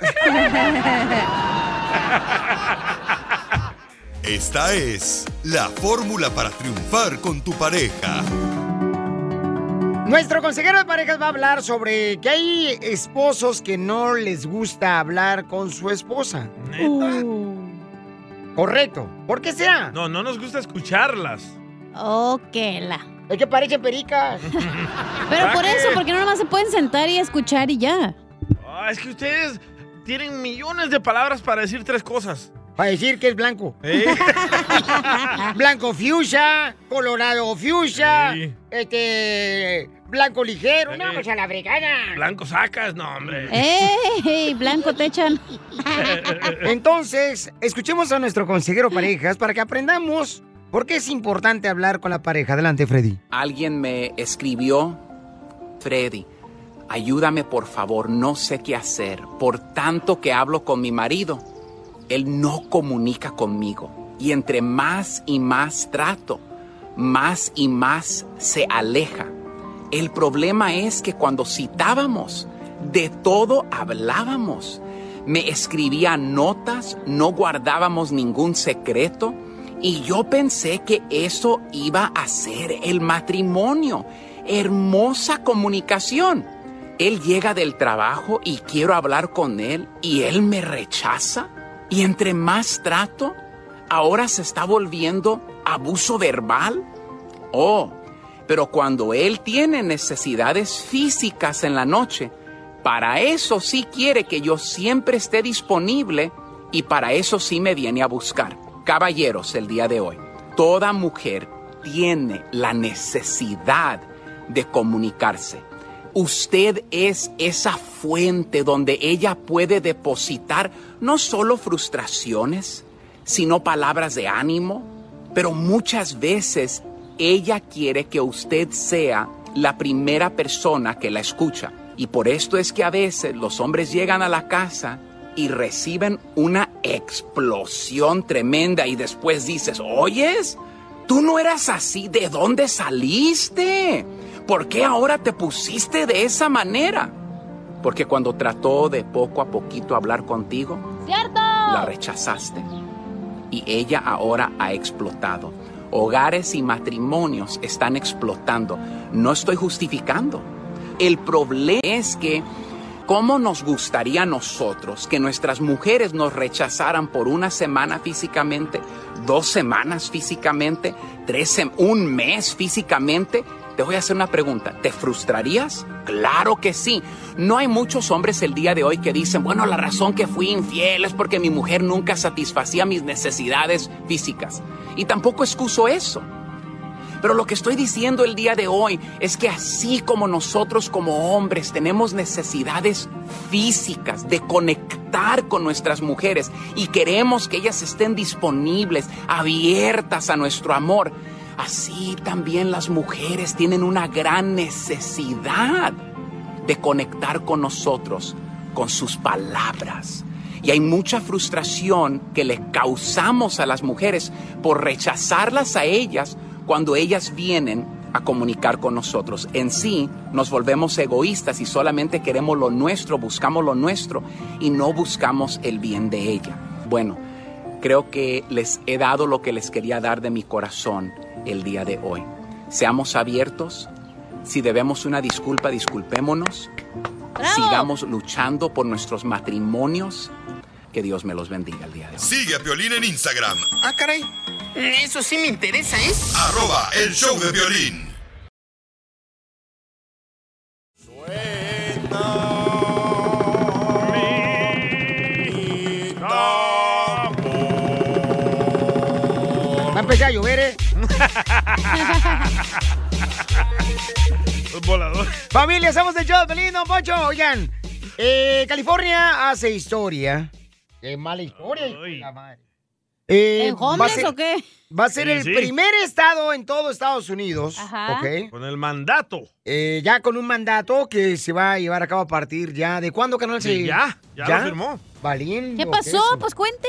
Esta es la fórmula para triunfar con tu pareja.
Nuestro consejero de parejas va a hablar sobre que hay esposos que no les gusta hablar con su esposa. Uh. Correcto. ¿Por qué será?
No, no nos gusta escucharlas.
Oh, que la.
Es que parecen pericas.
Pero por
¿Para qué?
eso, porque no nomás se pueden sentar y escuchar y ya.
Ah, es que ustedes tienen millones de palabras para decir tres cosas.
Para decir que es blanco. Blanco fuchsia, colorado fuchsia,
Ah. Sí.
este blanco ligero, no,
Sí.
pues a la brigada.
Blanco sacas, no, hombre.
Eh.
¡Ey! Blanco te echan.
Entonces, escuchemos a nuestro consejero parejas para que aprendamos por qué es importante hablar con la pareja. Adelante, Freddy.
Alguien me escribió, Freddy, ayúdame por favor, no sé qué hacer. Por tanto que hablo con mi marido, él no comunica conmigo. Y entre más y más trato, más y más se aleja. El problema es que cuando citábamos, de todo hablábamos. Me escribía notas, no guardábamos ningún secreto y yo pensé que eso iba a ser el matrimonio. Hermosa comunicación. Él llega del trabajo y quiero hablar con él y él me rechaza. Y entre más trato, ahora se está volviendo abuso verbal. Oh, pero cuando él tiene necesidades físicas en la noche, para eso sí quiere que yo siempre esté disponible y para eso sí me viene a buscar. Caballeros, el día de hoy, toda mujer tiene la necesidad de comunicarse. Usted es esa fuente donde ella puede depositar no solo frustraciones, sino palabras de ánimo, pero muchas veces ella quiere que usted sea la primera persona que la escucha. Y por esto es que a veces los hombres llegan a la casa y reciben una explosión tremenda y después dices, oyes, tú no eras así, ¿de dónde saliste? ¿Por qué ahora te pusiste de esa manera? Porque cuando trató de poco a poquito hablar contigo,
¡Cierto!
la rechazaste. Y ella ahora ha explotado. Hogares y matrimonios están explotando. No estoy justificando. El problema es que, ¿cómo nos gustaría a nosotros que nuestras mujeres nos rechazaran por una semana físicamente, dos semanas físicamente, tres, sem- un mes físicamente? Te voy a hacer una pregunta. ¿Te frustrarías? Claro que sí. No hay muchos hombres el día de hoy que dicen, bueno, la razón que fui infiel es porque mi mujer nunca satisfacía mis necesidades físicas. Y tampoco excuso eso. Pero lo que estoy diciendo el día de hoy es que así como nosotros como hombres tenemos necesidades físicas de conectar con nuestras mujeres y queremos que ellas estén disponibles, abiertas a nuestro amor, así también las mujeres tienen una gran necesidad de conectar con nosotros, con sus palabras. Y hay mucha frustración que le causamos a las mujeres por rechazarlas a ellas cuando ellas vienen a comunicar con nosotros. En sí, nos volvemos egoístas y solamente queremos lo nuestro, buscamos lo nuestro y no buscamos el bien de ella. Bueno, creo que les he dado lo que les quería dar de mi corazón el día de hoy. Seamos abiertos, si debemos una disculpa, disculpémonos. Sigamos luchando por nuestros matrimonios. Que Dios me los bendiga el día de hoy.
Sigue a Piolín en Instagram,
Ah, caray. Eso sí me interesa, ¿eh?
arroba el show de violín.
Va a empezar a llover, ¿eh?
Volador.
Familia, somos de show, feliz Don Poncho. Oigan, eh, California hace historia. Qué mala historia, hijo de la madre. Eh,
¿En
va a
homeless
ser-
o qué?
Va a ser
Sí,
el
sí.
primer estado en todo Estados Unidos,
Ajá.
¿ok?
Con el mandato.
Eh, ya con un mandato que se va a llevar a cabo a partir ya. ¿De cuándo, canal?
Sí, ya, ya lo firmó.
Valiendo.
¿Qué pasó?
queso.
Pues cuente.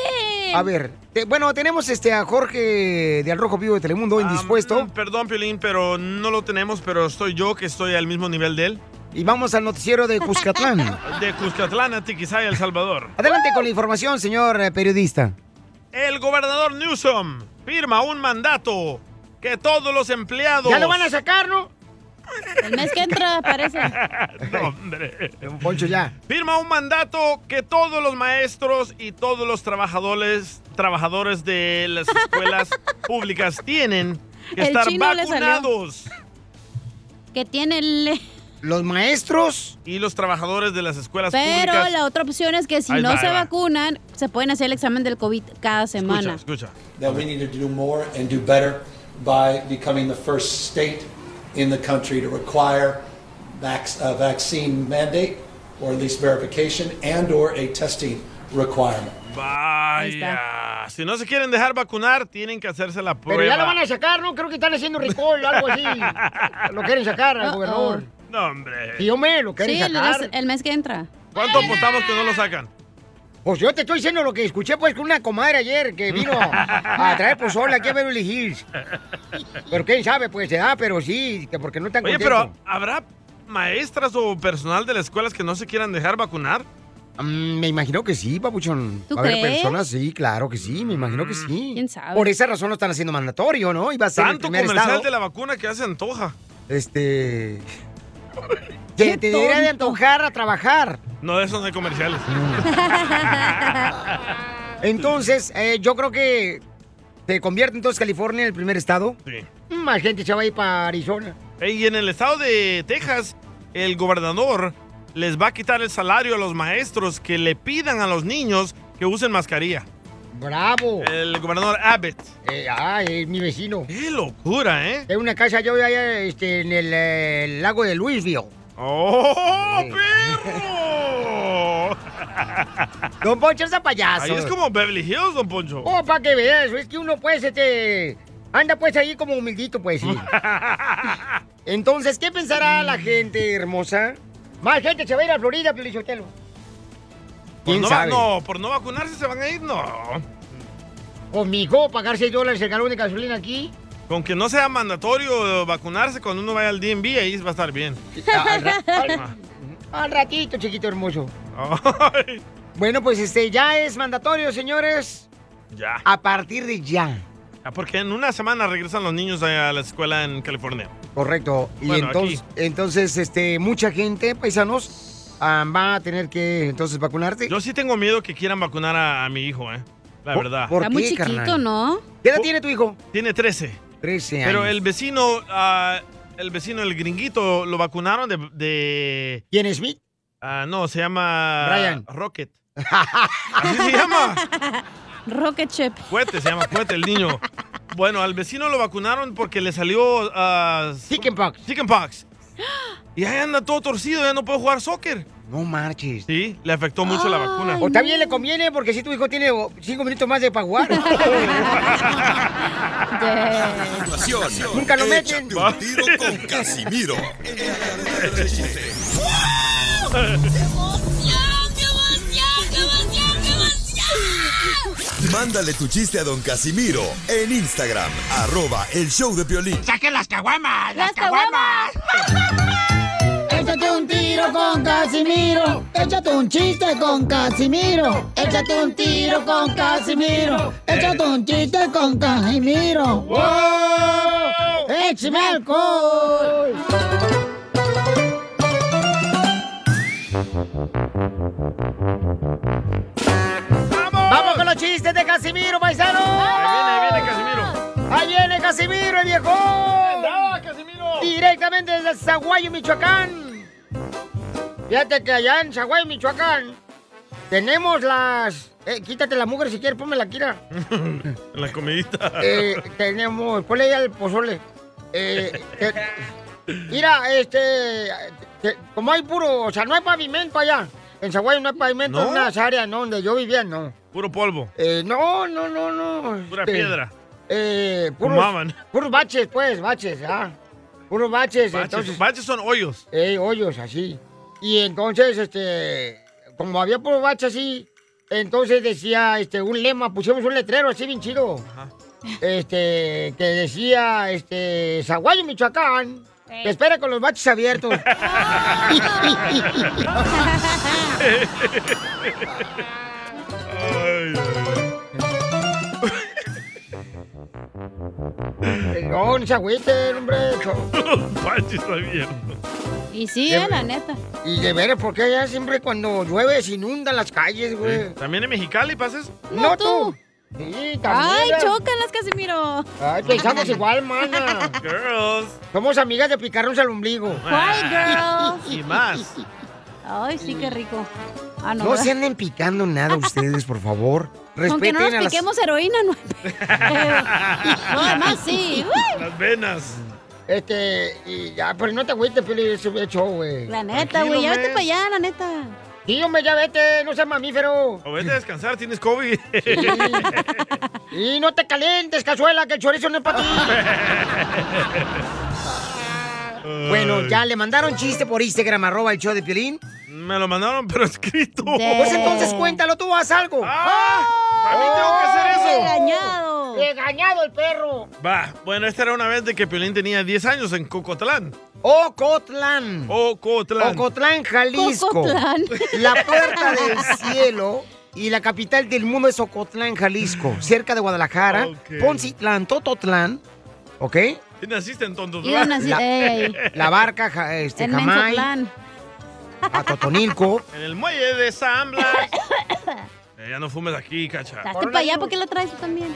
A ver, te- bueno, tenemos este a Jorge de Al Rojo Vivo de
Ah,
Telemundo indispuesto.
Perdón, Piolín, pero no lo tenemos, pero estoy yo que estoy al mismo nivel de él.
Y vamos al noticiero de Cuscatlán.
De Cuscatlán a Tiquisaya, El Salvador.
Adelante con la información, señor eh, periodista.
El gobernador Newsom firma un mandato que todos los empleados...
Ya lo van a sacar, ¿no?
El mes que entra, parece.
No, hombre.
Poncho, ya.
Firma un mandato que todos los maestros y todos los trabajadores, trabajadores de las escuelas públicas tienen que
El
estar
chino le salió.
vacunados.
Que tiene el...
Los maestros
y los trabajadores de las escuelas
Pero
públicas.
la otra opción es que si
Ahí
no
va,
se
ahí va.
vacunan, se pueden hacer el examen del COVID cada semana.
escucha.
That we need to do more and do better by becoming the first state in the country to require vac- a vaccine mandate or at least verification and or a testing requirement.
Vaya. Si no se quieren dejar vacunar, tienen que hacerse la
Pero
prueba.
ya lo van a sacar, ¿no? Creo que están haciendo recall o algo así. Lo quieren sacar al
Uh-oh.
gobernador.
No, hombre.
Y yo me lo quieren
Sí, el
sacar.
mes, el mes que entra.
¿Cuánto apostamos que no lo sacan?
Pues yo te estoy diciendo lo que escuché pues con una comadre ayer que vino a traer pozola aquí a Beverly Hills. Pero quién sabe, pues se da, pero sí, que porque no están
Oye,
contentos.
pero ¿habrá maestras o personal de las escuelas que no se quieran dejar vacunar?
Mm, me imagino que sí, papuchón.
¿Tú
Va a haber
crees?
personas, sí, claro que sí, me imagino que sí.
¿Quién sabe?
Por esa razón lo están haciendo mandatorio, ¿no? Iba a ser el
Tanto
primer
comercial
estado.
de la vacuna que hace antoja.
Este. Que te debería de antojar a trabajar.
No, de esos no hay comerciales.
Entonces, eh, yo creo que te convierte entonces California en el primer estado.
Sí.
Mm, Más gente se va a ir para Arizona.
Eh, Y en el estado de Texas, el gobernador les va a quitar el salario a los maestros que le pidan a los niños que usen mascarilla.
¡Bravo!
El gobernador Abbott.
ah, es mi vecino.
¡Qué locura, eh!
Es una casa yo allá este, en el eh, lago de Louisville.
¡Oh,
perro! Don Poncho es payaso.
Ahí es como Beverly Hills, don Poncho.
Oh, para que veas, es que uno pues, este, anda pues ahí como humildito, pues sí. Entonces, ¿qué pensará la gente hermosa? Más gente se va a ir a Florida, Pelichotelo.
Por
¿Quién
Pues no, va-
sabe?
no, por no vacunarse se van a ir, no.
Conmigo, pagar 6 dólares el galón de gasolina aquí.
Con que no sea mandatorio vacunarse cuando uno vaya al DMV, ahí va a estar bien. Ah,
Al ratito, chiquito hermoso.
Ay,
Bueno, pues este, ya es mandatorio, señores.
ya.
A partir de ya.
Ah, Porque en una semana regresan los niños a la escuela en California.
Correcto. Y
Bueno,
entonces, entonces, este, mucha gente, paisanos, ah, va a tener que entonces vacunarse.
Yo sí tengo miedo que quieran vacunar a, a mi hijo, eh. La
¿Por-
verdad.
por
Está muy chiquito, ¿no?
¿Qué edad tiene tu
Oh,
hijo?
Tiene 13.
13
Pero
años.
el vecino, ah, el vecino, el gringuito, lo vacunaron de... de-
¿Quién es Smith?
Ah, no, se llama...
Brian.
Rocket. Así se llama.
Rocket Chip.
Cuete, se llama Cuete el niño. Bueno, al vecino lo vacunaron porque le salió... ah,
chickenpox.
Chickenpox. Y ahí anda todo torcido, ya no puede jugar soccer.
No marches.
Sí, le afectó mucho la vacuna.
Ah. O también le conviene porque si tu hijo tiene oh, cinco minutos más de para jugar.
Actuación.
Nunca lo
Échate
meten.
un tiro con Casimiro. Mándale tu chiste a don Casimiro en Instagram, arroba el show de Piolín.
¡Saquen las caguamas! ¡Las caguamas! Échate un tiro con Casimiro. Échate un chiste con Casimiro. Échate un tiro con Casimiro. Échate un chiste con Casimiro. ¡Wow! ¡Échame alcohol! Eh.
¡Vamos con los chistes de Casimiro, paisano! ¡Ahí
viene, ahí viene
Casimiro! ¡Ahí viene Casimiro, el viejo! Casimiro! Directamente desde Zaguayo, Michoacán. Fíjate que allá en Zaguayo, Michoacán, tenemos las... Eh, quítate la mugre si quieres, ponme la quira.
En la comidita.
Eh, tenemos... Ponle ya el pozole. Eh, te- mira, este... te- como hay puro... O sea, no hay pavimento allá. En Zaguayo no hay pavimento
¿No?
en unas áreas, ¿no? Donde yo vivía, no.
Puro polvo.
Eh, no, no, no, no.
Pura
este,
piedra.
Eh, puros,
Fumaban.
puros baches, pues, baches, ah. Puros baches,
eh, Baches,
eh, entonces.
baches son hoyos.
Eh, hoyos, así. Y entonces, este, como había puros baches así, Entonces decía este un lema, pusimos un letrero así bien chido. Este, que decía este Zaguayo Michoacán. Te espera con los baches abiertos. No, no se agüiten, hombre. Los baches abiertos.
Y sí,
De-
eh, la neta.
Y de veras, porque allá siempre cuando llueve se inundan las calles, güey.
¿También en Mexicali pases?
No, tú. Sí, también.
Ay,
era.
chócalas, Casimiro.
Ay, pensamos igual, mana.
Girls.
Somos amigas de picarnos al ombligo.
¿Cuál, girls?
Ah. Y más.
Ay, sí, qué rico. Ah, no.
No
¿verdad?
se anden picando nada ustedes, por favor.
Con que
Respeten
no
a
nos
las...
piquemos heroína, no. No, además sí. Uy.
Las venas.
Este, y ya, pero no te agüites, pero ese es show, güey.
La neta, güey, ya vete
Tranquilo,
para allá, la neta.
Sí, hombre, ya vete, no seas mamífero.
O vete a descansar, tienes COVID.
Y no te calientes, cazuela, que el chorizo no es para ti. Bueno, ya le mandaron chiste por Instagram, arroba el show de Piolín.
Me lo mandaron, pero escrito.
Pues entonces cuéntalo, tú haz algo. ¡Ah!
también tengo que hacer eso.
Regañado.
Regañado el perro.
Va, bueno, esta era una vez de que Piolín tenía 10 años en Cocotlán.
Ocotlán.
Ocotlán.
Ocotlán, Jalisco.
Ocotlán.
La puerta del cielo y la capital del mundo es Ocotlán, Jalisco, cerca de Guadalajara, Poncitlán, Tototlán, ¿ok?
Y naciste en Tontos.
Y nací- La- ey. la barca, ja- este, En Jamay. Menzotlán. A Totonilco.
En el muelle de San Blas. Eh, ya no fumes aquí, cacha.
Hazte para allá porque la traes tú también.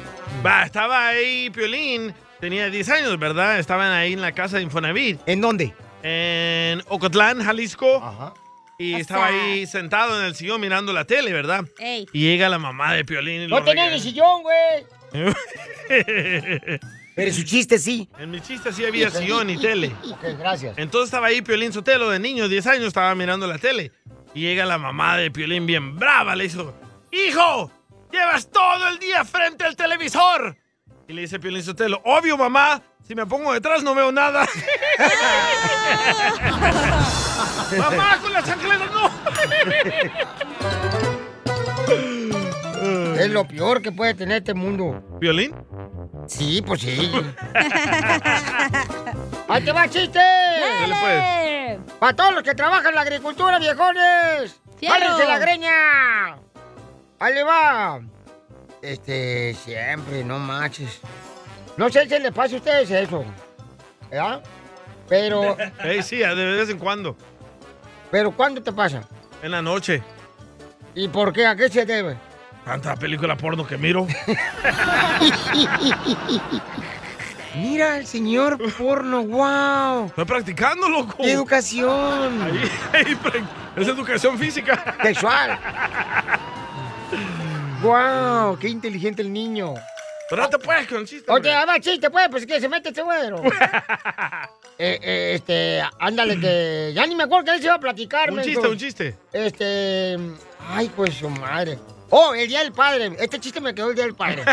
Va, estaba ahí Piolín. Tenía 10 años, ¿verdad? Estaban ahí en la casa de Infonavit.
¿En dónde?
En Ocotlán, Jalisco. Y
O
estaba
sea-
ahí sentado en el sillón mirando la tele, ¿verdad?
Ey.
Y llega la mamá de Piolín. y lo
No tenía ni sillón, güey.
rega-
Pero su chiste sí.
En mi chiste sí había sillón y tele.
Ok, gracias.
Entonces estaba ahí Piolín Sotelo de niño, 10 años, estaba mirando la tele. Y llega la mamá de Piolín bien brava, le hizo, ¡Hijo! ¡Llevas todo el día frente al televisor! Y le dice Piolín Sotelo, obvio mamá, si me pongo detrás no veo nada. mamá, con la chancleta no.
Es lo peor que puede tener este mundo.
¿Violín?
Sí, pues sí. ¡Ahí te va chiste!
Dale,
Para todos los que trabajan en la agricultura, viejones.
¡Fierro!
¡Párrense la greña! Ahí le va. Este, siempre, no manches. No sé si les pasa a ustedes eso. ¿Verdad? Pero,
Ey, sí, de vez en cuando,
pero ¿cuándo te pasa?
en la noche.
¿Y por qué? ¿A qué se debe?
Tanta película porno que miro.
Mira el señor porno, wow.
Estoy practicando, loco.
¡Qué educación!
es educación física.
Sexual. wow, qué inteligente el niño.
Pero no te puedes con chiste.
Oye, ahí va el chiste, pues, pues que se mete este güero.
Pues.
Eh, eh, este, ándale, que ya ni me acuerdo que él se iba a platicar.
Un
menso.
chiste, un chiste.
Este, ay, pues su madre. Oh, el Día del Padre. Este chiste me quedó el Día del Padre.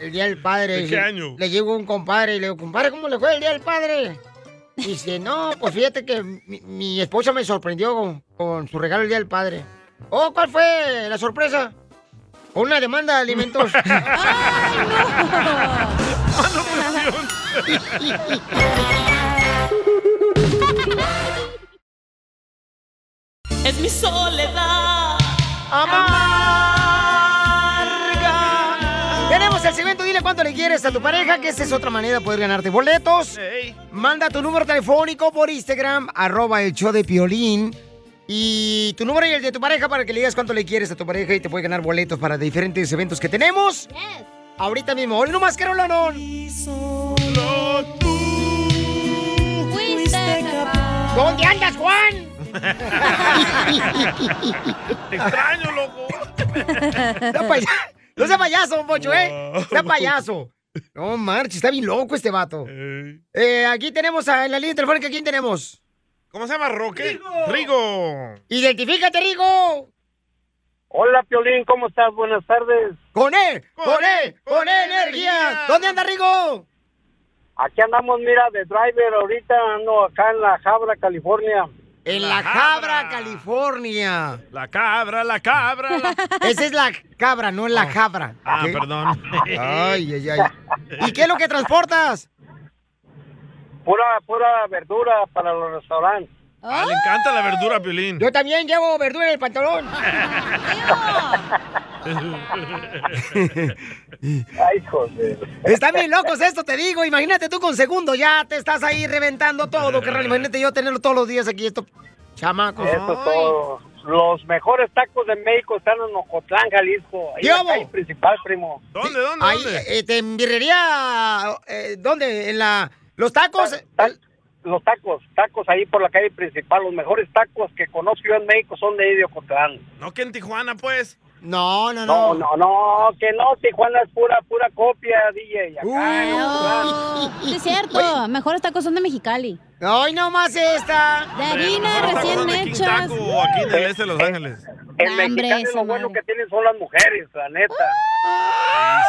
el Día del Padre.
¿De qué año?
Le llegó un compadre y le digo, compadre, ¿cómo le fue el Día del Padre? Dice, no, pues fíjate que mi, mi esposa me sorprendió con, con su regalo el Día del Padre. Oh, ¿cuál fue la sorpresa? Una demanda de alimentos.
Es mi soledad.
Amarga. Tenemos el segmento, dile cuánto le quieres a tu pareja, que esa es otra manera de poder ganarte boletos. Manda tu número telefónico por Instagram, arroba el show de Piolín. Y tu número y el de tu pareja para que le digas cuánto le quieres a tu pareja y te puede ganar boletos para diferentes eventos que tenemos. Ahorita mismo. Hoy nomás, Carola, no. ¿Dónde andas, Juan?
Te extraño, loco.
Está paya- No sea payaso, don Pocho, ¿eh? Está payaso. No marches, está bien loco este vato. Eh, aquí tenemos a, en la línea telefónica, ¿quién tenemos?
¿Cómo se llama Roque? Rigo.
Identifícate, Rigo.
Hola, Piolín, ¿cómo estás? Buenas tardes.
Con él, con él, con él, e-, energía. ¿Dónde anda Rigo?
Aquí andamos, mira, de driver. Ahorita ando acá en la Jabra, California.
En
La
la, cabra, California.
La cabra, la cabra. la-
Esa es la cabra, no la cabra.
Ah, perdón.
Ay, ay, ay. ¿Y qué es lo que transportas?
Pura, pura verdura para los restaurantes.
Ah, le encanta la verdura, Piolín.
Yo también llevo verdura en el pantalón.
Ay, joder.
Están bien locos esto, te digo. Imagínate tú con segundo, ya te estás ahí reventando todo, carnal. Imagínate yo tenerlo todos los días aquí, esto. Chamacos.
Eso es todo. Los mejores tacos de México están en Ocotlán, Jalisco. Ahí en la
¿Cómo?
calle principal, primo.
¿Dónde, dónde,
Ahí, este, en birrería, eh, ¿dónde? En la... ¿Los tacos?
los tacos, tacos ahí por la calle principal. Los mejores tacos que conozco yo en México son de ahí de Ocotlán.
No que en Tijuana, pues.
No, no,
no. No, no, que no. Tijuana es pura, pura copia, DJ. Acá en Ocotlán.
Sí, es cierto. Mejores tacos son de Mexicali.
¡Ay, no más esta!
De harina recién hechas.
O aquí en el este de Los Ángeles.
En Mexicali lo bueno que tienen son las mujeres, la neta.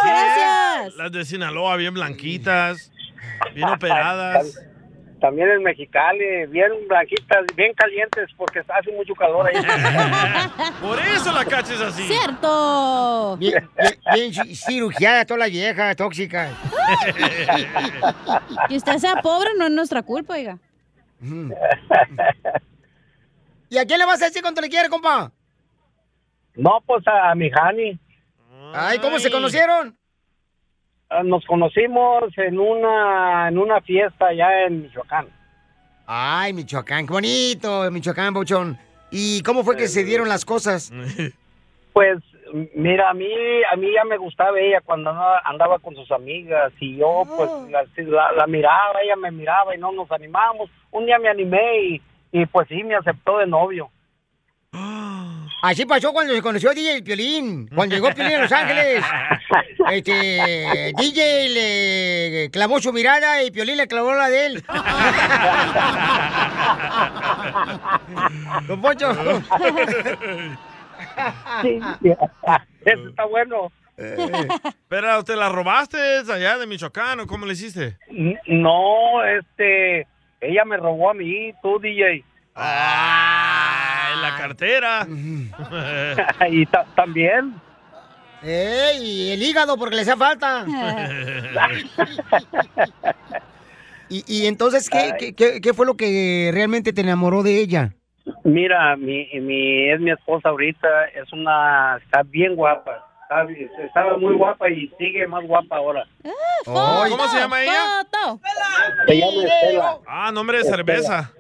gracias.
Las de Sinaloa, bien blanquitas, bien operadas.
También en Mexicali, bien blanquitas, bien calientes, porque hace mucho calor ahí.
Por eso la cacha es así.
¡Cierto!
Bien, bien, bien ci- cirugiadas todas las viejas, tóxicas.
Que usted sea pobre no es nuestra culpa, oiga.
¿Y a quién le vas a decir cuánto le quieres, compa?
No, pues a, a mi Jani.
Ay, ¿cómo se conocieron?
Ah, Nos conocimos en una en una fiesta allá en Michoacán.
Ay, Michoacán, qué bonito, Michoacán, Bochón. ¿Y cómo fue que se dieron las cosas?
Pues m- mira, a mí a mí ya me gustaba ella cuando andaba, andaba con sus amigas y yo pues la, la- la miraba, ella me miraba y no nos animamos. Un día me animé y, y pues sí me aceptó de novio.
Así pasó cuando se conoció DJ el Piolín, cuando llegó Piolín a Los Ángeles. Este, DJ le clavó su mirada y Piolín le clavó la de él. Don Poncho.
Sí. Eso está bueno.
Espera, ¿usted la robaste allá de Michoacán o cómo le hiciste?
N- No, este, ella me robó a mí, tú DJ.
En la cartera.
y ta- también.
¡Ey! El hígado, porque le hacía falta. y, y entonces, ¿qué, qué, qué- qué fue lo que realmente te enamoró de ella?
Mira, mi, mi, es mi esposa ahorita, es una, está bien guapa, está, estaba muy guapa y sigue más guapa ahora.
¿Cómo se llama ella?
Se llama Estela.
Ah, nombre de
Estela.
cerveza.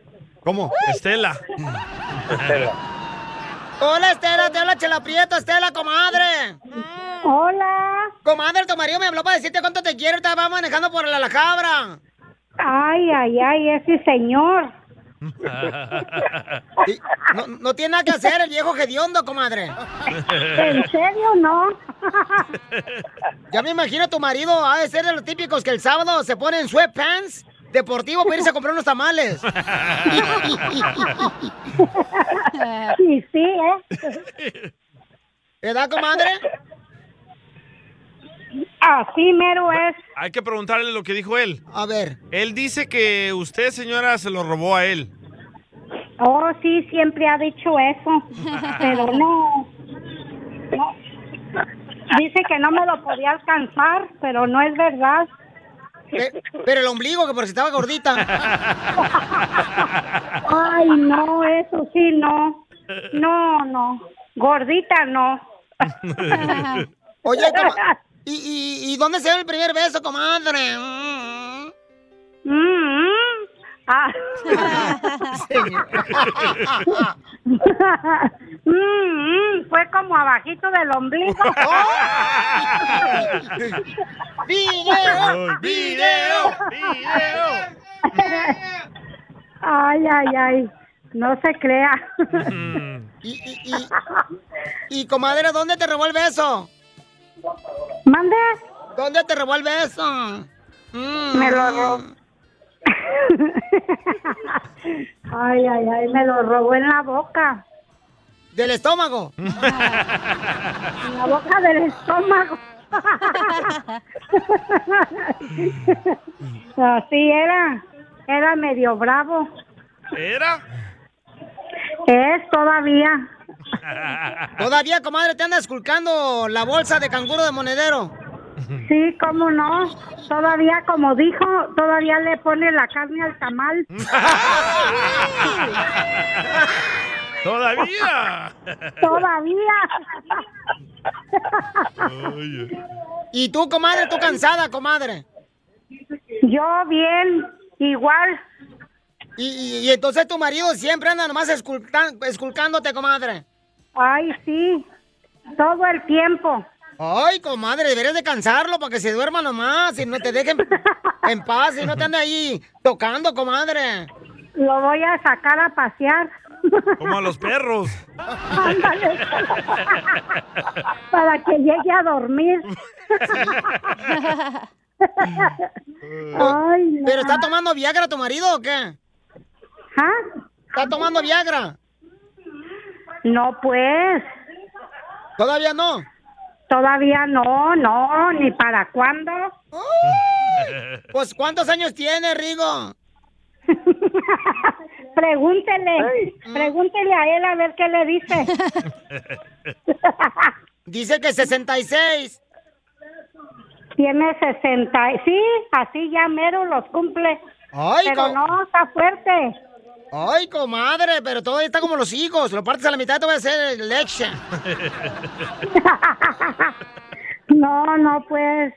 ¿Cómo?
Estela.
Hola, Estela, te habla Chela Prieto, Estela, comadre. Hola. Comadre, tu marido me habló para decirte cuánto te quiero, estaba manejando por la, la cabra.
Ay, ay, ay, ese señor.
No, no tiene nada que hacer el viejo hediondo, comadre.
¿En serio no?
Ya me imagino tu marido ha de ser de los típicos que el sábado se pone en sweatpants deportivo para irse a comprar unos tamales.
Sí, sí, ¿eh?
¿Verdad, comadre?
Así mero es.
Hay que preguntarle lo que dijo él.
A ver.
Él dice que usted, señora, se lo robó a él.
Oh, sí, siempre ha dicho eso, pero no. no. Dice que no me lo podía alcanzar, pero no es verdad.
Pe- Pero el ombligo, que por si estaba gordita.
Ay, no, eso sí, no. No, no. Gordita, no.
Oye, coma- ¿y, y, y dónde se dio el primer beso, comadre? Mm,
Mm, mm. Ah. Mm, mm, fue como abajito del ombligo.
Oh, ¡Video! ¡Video!
¡Video!
Ay, ay, ay. No se crea.
y, y- y, comadre, ¿dónde te robó el beso?
¿Mande?
¿Dónde te robó el beso? Mm.
Me lo robó. Ay, ay, ay, me lo robó en la boca.
¿Del estómago?
En la boca del estómago. Así era. Era medio bravo.
¿Era?
Es todavía.
Todavía, comadre, te anda esculcando la bolsa de canguro de monedero.
Sí, cómo no. Todavía, como dijo, todavía le pone la carne al tamal.
¡Todavía!
todavía.
¿Y tú, comadre, tú cansada, comadre?
Yo bien, igual.
Y, y- y entonces tu marido siempre anda nomás escultan- esculcándote, comadre.
Ay, sí. Todo el tiempo.
Ay, comadre, deberías de cansarlo para que se duerma nomás y no te dejen en paz y no te ande ahí tocando, comadre.
Lo voy a sacar a pasear.
Como a los perros.
Ándale. Para que llegue a dormir.
¿Pero está tomando Viagra tu marido o qué?
¿Ah?
¿Está tomando Viagra?
No, pues.
¿Todavía no?
Todavía no, no, ni para cuándo.
Pues, ¿cuántos años tiene, Rigo?
Pregúntele, pregúntele a él a ver qué le dice.
Dice que 66.
Tiene 60, y- sí, así ya mero los cumple.
Ay,
Pero
co-
no, está fuerte.
Ay, comadre, pero todavía está como los hijos. Lo partes a la mitad, te voy a hacer leche.
No, no, pues.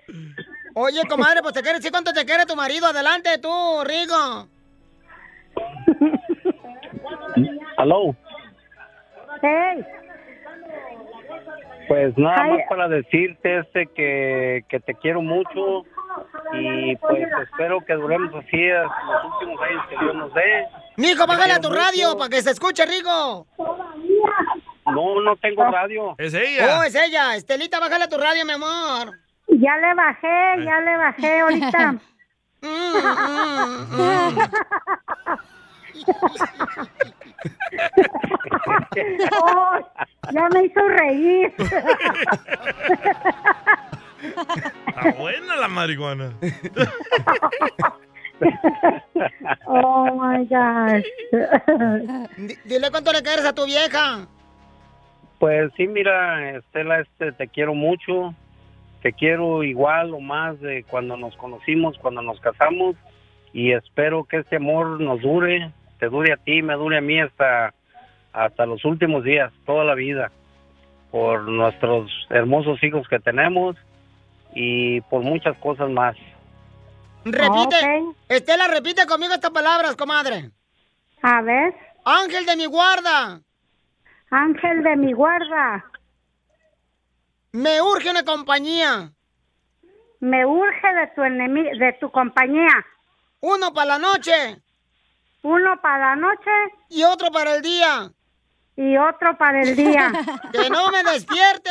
Oye, comadre, pues te quieres decir cuánto te quiere tu marido. Adelante tú, Rigo.
Aló.
Hey,
Pues nada
Ay.
más para decirte este que, que te quiero mucho y pues espero que duremos así hasta los últimos años que Dios nos dé.
Mijo, bájale a tu
Mucho.
radio para que se escuche, Rigo.
No, no tengo radio.
Es
Ah. Oh, es ella. Estelita, bájale a tu radio, mi amor.
ya le bajé, ya le bajé ahorita.
Mm,
Oh, ya me hizo reír.
Está buena la marihuana.
Oh my gosh.
Di- Dile cuánto le quieres a tu vieja.
Pues sí, mira, Estela, este, te quiero mucho. Te quiero igual o más de cuando nos conocimos, cuando nos casamos. Y espero que este amor nos dure, te dure a ti, me dure a mí hasta, hasta los últimos días, toda la vida. Por nuestros hermosos hijos que tenemos y por muchas cosas más.
Repite. Estela, repite conmigo estas palabras, comadre.
A ver.
Ángel de mi guarda.
Ángel de mi guarda.
Me urge una compañía.
Me urge de tu enemi- de tu compañía.
Uno para la noche.
Uno para la noche.
Y otro para el día.
Y otro para el día.
Que no me despierte.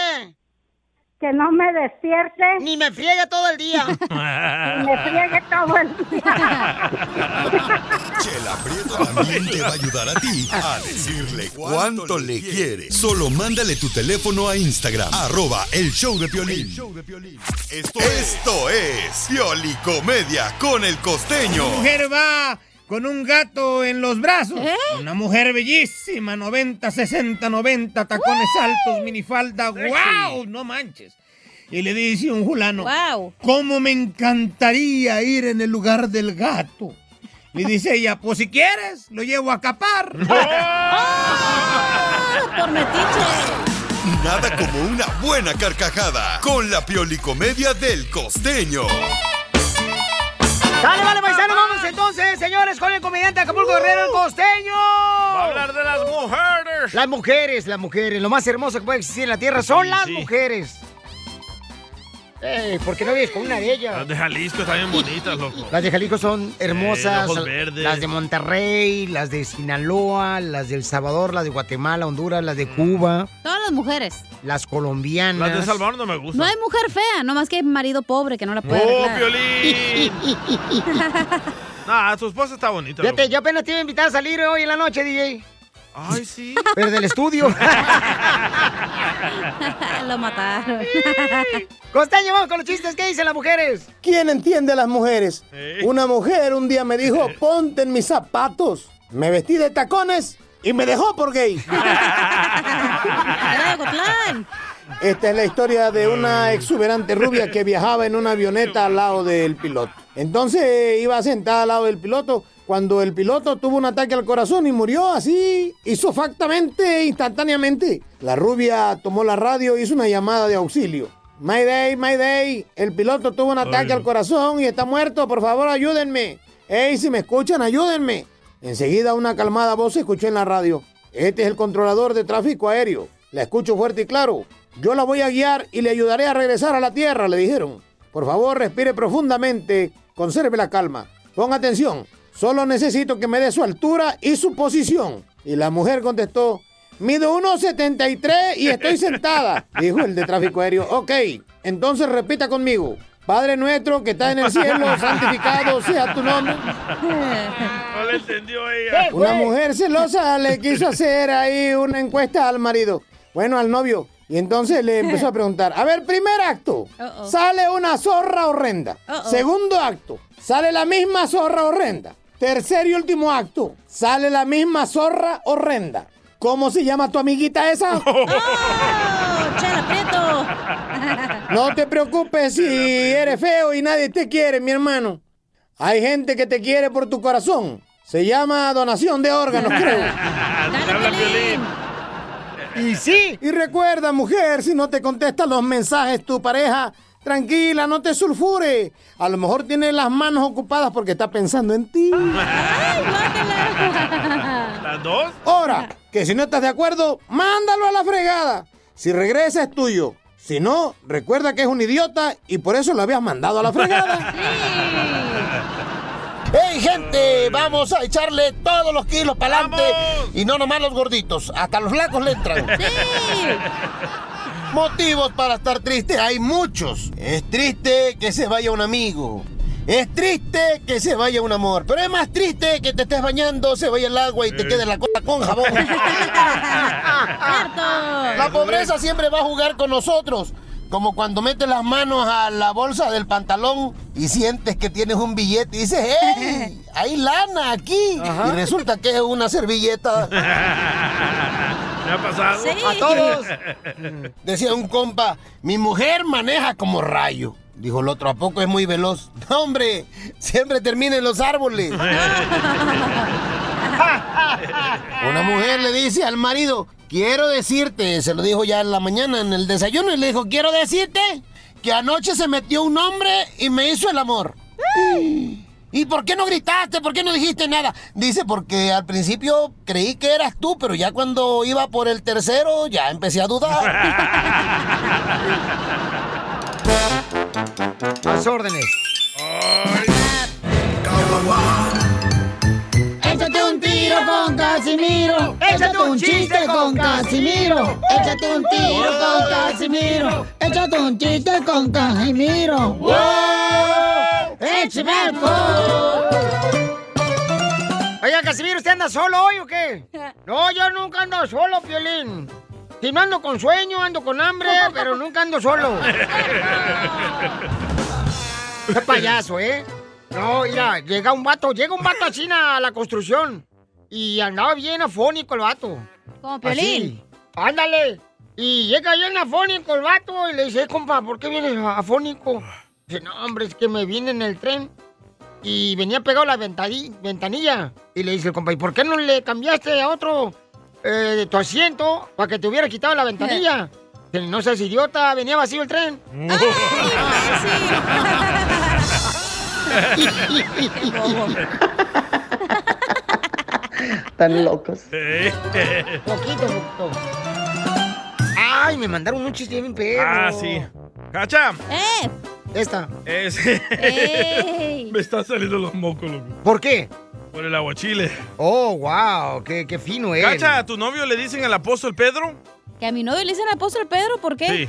Que no me despierte.
Ni me friegue todo el día.
me friegue todo el día.
Chela Prieto también te va a ayudar a ti a decirle cuánto le quiere. Solo mándale tu teléfono a Instagram, arroba el show de Piolín. Esto, esto es Piolicomedia con el costeño.
Una mujer va con un gato en los brazos. Una mujer bellísima, 90, 60, 90, tacones altos, minifalda. ¡Wow! No manches. Y le dice un fulano, ¿cómo me encantaría ir en el lugar del gato? Le dice ella, pues si quieres, lo llevo a capar.
Por Nada como una buena carcajada con la Piolicomedia del costeño.
Dale, vale, paisano, vamos entonces, señores, con el comediante Acapulco Guerrero, el costeño. Va
a hablar de las mujeres.
Las mujeres, las mujeres, lo más hermoso que puede existir en la tierra son las mujeres. Eh, ¿por qué no vives con una de ellas?
Las de Jalisco están bien bonitas, loco.
Las de Jalisco son hermosas.
Eh, ojos verdes.
Las de Monterrey, las de Sinaloa, las de El Salvador, las de Guatemala, Honduras, las de Cuba,
Todas las mujeres.
las colombianas.
Las de Salvador no me
No
gustan.
hay mujer fea, nomás que hay marido pobre que no la puede
¡Oh,
arreglar.
Piolín! nah, su esposa está bonita. loco.
Fíjate, yo apenas te iba a invitar a salir hoy en la noche, DJ.
Ay, sí.
Pero del estudio.
Lo mataron.
Costeño, vamos con los chistes. ¿Qué dicen las mujeres?
¿Quién entiende a las mujeres? Una mujer un día me dijo, ponte en mis zapatos. Me vestí de tacones
y me dejó por gay. Esta es la historia de una exuberante rubia que viajaba en una avioneta al lado del piloto. Entonces iba sentada al lado del piloto cuando el piloto tuvo un ataque al corazón y murió así, isofactamente, instantáneamente. La rubia tomó la radio e hizo una llamada de auxilio. Mayday, Mayday, el piloto tuvo un ataque al corazón y está muerto, por favor ayúdenme. Ey, si me escuchan, ayúdenme. Enseguida una calmada voz se escuchó en la radio. Este es el controlador de tráfico aéreo. La escucho fuerte y claro. Yo la voy a guiar y le ayudaré a regresar a la tierra, le dijeron. Por favor, respire profundamente, conserve la calma. Ponga atención, solo necesito que me dé su altura y su posición. Y la mujer contestó, mido 1,73 y estoy sentada, dijo el de tráfico aéreo. Ok, entonces repita conmigo. Padre nuestro que está en el cielo, santificado sea tu nombre.
No le entendió
ella.
Una mujer celosa le quiso hacer ahí una encuesta al marido, bueno, al novio, y entonces le empezó a preguntar, a ver, primer acto,
Uh-oh.
sale una zorra horrenda.
Uh-oh.
Segundo acto, sale la misma zorra horrenda. Tercer y último acto, sale la misma zorra horrenda. ¿Cómo se llama tu amiguita esa? No te preocupes si eres feo y nadie te quiere, mi hermano. Hay gente que te quiere por tu corazón. Se llama donación de órganos, creo. Y sí. Y recuerda, mujer, si no te contesta los mensajes tu pareja, tranquila, no te sulfure. A lo mejor tiene las manos ocupadas porque está pensando en ti.
¿Las dos?
Ahora, que si no estás de acuerdo, mándalo a la fregada. Si regresa es tuyo. Si no, recuerda que es un idiota y por eso lo habías mandado a la fregada.
¡Hey, gente! Vamos a echarle todos los kilos para adelante.
Y no nomás los gorditos, hasta los flacos le entran.
Motivos para estar triste hay muchos. Es triste que se vaya un amigo. Es triste que se vaya un amor. Pero es más triste que te estés bañando, se vaya el agua y te quede la cosa con jabón. La pobreza siempre va a jugar con nosotros. Como cuando metes las manos a la bolsa del pantalón y sientes que tienes un billete y dices, ¡Hey! Hay lana aquí. Y resulta que es una servilleta.
¿Me ha pasado?
Sí. A todos. Decía un compa, mi mujer maneja como rayo. Dijo el otro, ¿a poco es muy veloz? No, hombre, siempre termina en los árboles. Una mujer le dice al marido, quiero decirte, se lo dijo ya en la mañana en el desayuno, y le dijo, quiero decirte que anoche se metió un hombre y me hizo el amor. ¿Y por qué no gritaste? ¿Por qué no dijiste nada? Dice, porque al principio creí que eras tú, pero ya cuando iba por el tercero ya empecé a dudar.
A sus órdenes.
Échate un tiro con Casimiro. Échate un chiste con Casimiro. Échate un tiro con Casimiro. Échate un chiste con Casimiro. ¡Wow! ¡Échame
Oiga, Casimiro, ¿usted anda solo hoy o qué? No, yo nunca ando solo, Piolín. Si no ando con sueño, ando con hambre, pero nunca ando solo. Qué payaso, ¿eh? No, mira, llega un vato, llega un vato a China a la construcción. Y andaba bien afónico el vato.
Como Piolín.
Así, Ándale. Y llega bien afónico el vato y le dice, "Eh, compa, ¿por qué vienes afónico? Dice, no, hombre, es que me vine en el tren. Y venía pegado a la ventadi- ventanilla. Y le dice el compa, ¿y por qué no le cambiaste a otro eh, tu asiento para que te hubiera quitado la ventanilla? Dice, no seas idiota, venía vacío el tren.
Están locos.
Poquito, poquito. Ay, me mandaron un chiste bien perro.
Ah, sí. ¡Cacha!
¡Eh!
Esta.
Es...
Ey.
Me están saliendo los mocos, loco.
¿Por qué?
Por el aguachile.
Oh, wow, qué, qué fino es.
¿Cacha? ¿A tu novio le dicen al apóstol Pedro?
Que a mi novio le dicen apóstol Pedro, ¿por qué?
Sí.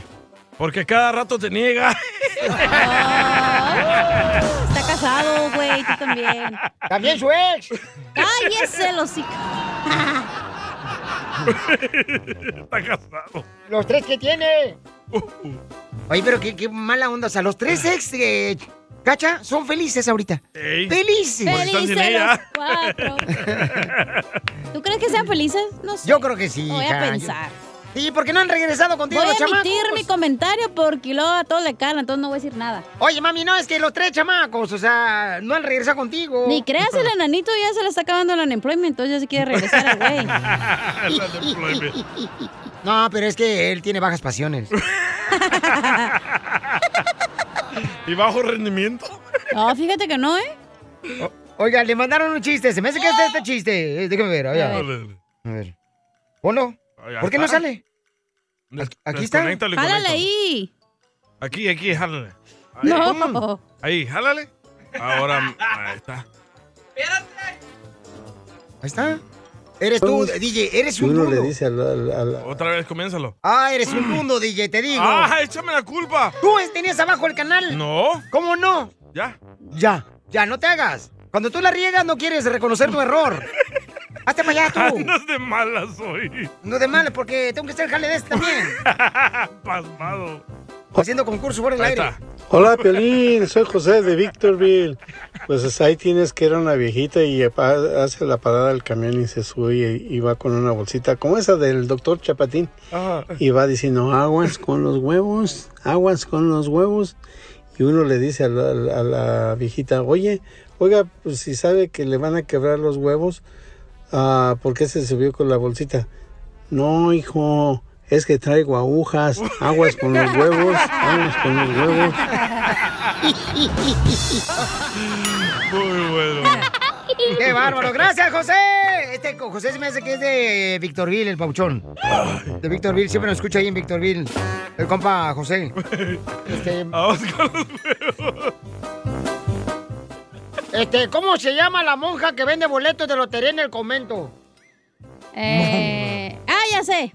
Porque cada rato te niega.
Está casado, güey, tú también.
También su ex.
Cállese, los hocico.
Está casado.
Los tres que tiene. Oye, pero qué, qué mala onda. O sea, los tres ex, eh, Cacha, son felices ahorita.
Ey.
Felices.
Felices los cuatro. ¿Tú crees que que sean felices? No sé.
Yo creo que sí.
Voy
hija,
a
yo-
pensar.
¿Y por qué no han regresado contigo Pues
Voy
los
a emitir
chamacos?
mi comentario porque luego a todos le calan, entonces no voy a decir nada.
Oye, mami, no, es que los tres chamacos, o sea, no han regresado contigo.
Ni creas, el enanito ya se le está acabando el unemployment, entonces ya se quiere regresar al güey.
Ah,
No, pero es que él tiene bajas pasiones.
¿Y bajo rendimiento?
No, fíjate que no, ¿eh?
Oiga, le mandaron un chiste. Se me hace que este, este chiste. Eh, Déjame ver, oye.
A
A
ver.
ver. Ponlo. ¿Por qué no sale?
Des-
Aquí está.
desconéctalo y
Jálale
conéctalo.
ahí.
Aquí, aquí, jálale. Ahí.
No.
Ahí, jálale. Ahora, ahí está.
Ahí está. Eres tú, DJ, eres un mundo.
Otra vez, comiénzalo.
Ah, eres un mundo, DJ, te digo.
Mm. ¡Ah, échame la culpa!
Tú tenías abajo el canal.
No.
¿Cómo no?
Ya.
Ya, ya, no te hagas. Cuando tú la riegas no quieres reconocer tu error. Hazte para allá tú.
Andas de malas hoy.
No de mal, porque tengo que ser jale de este también.
Pasmado.
Haciendo concurso por el
Ahí
aire.
está.
Hola, Piolín, soy José de Victorville. Pues ahí tienes que era una viejita y pa- hace la parada del camión y se sube y, y va con una bolsita como esa del doctor Chapatín. Y va diciendo, aguas con los huevos, aguas con los huevos. Y uno le dice a la, a la viejita, oye, oiga, pues si sabe que le van a quebrar los huevos, ah, ¿por qué se subió con la bolsita? No, hijo, es que traigo agujas, aguas con los huevos, aguas con los huevos.
Muy bueno.
¡Qué bárbaro! ¡Gracias, José! Este co- José se me hace que es de eh, Victorville, el pauchón. De Victorville, siempre nos escucha ahí en Victorville. El compa José. Este, este, ¿cómo se llama la monja que vende boletos de lotería en el convento?
Eh, ah, ya sé.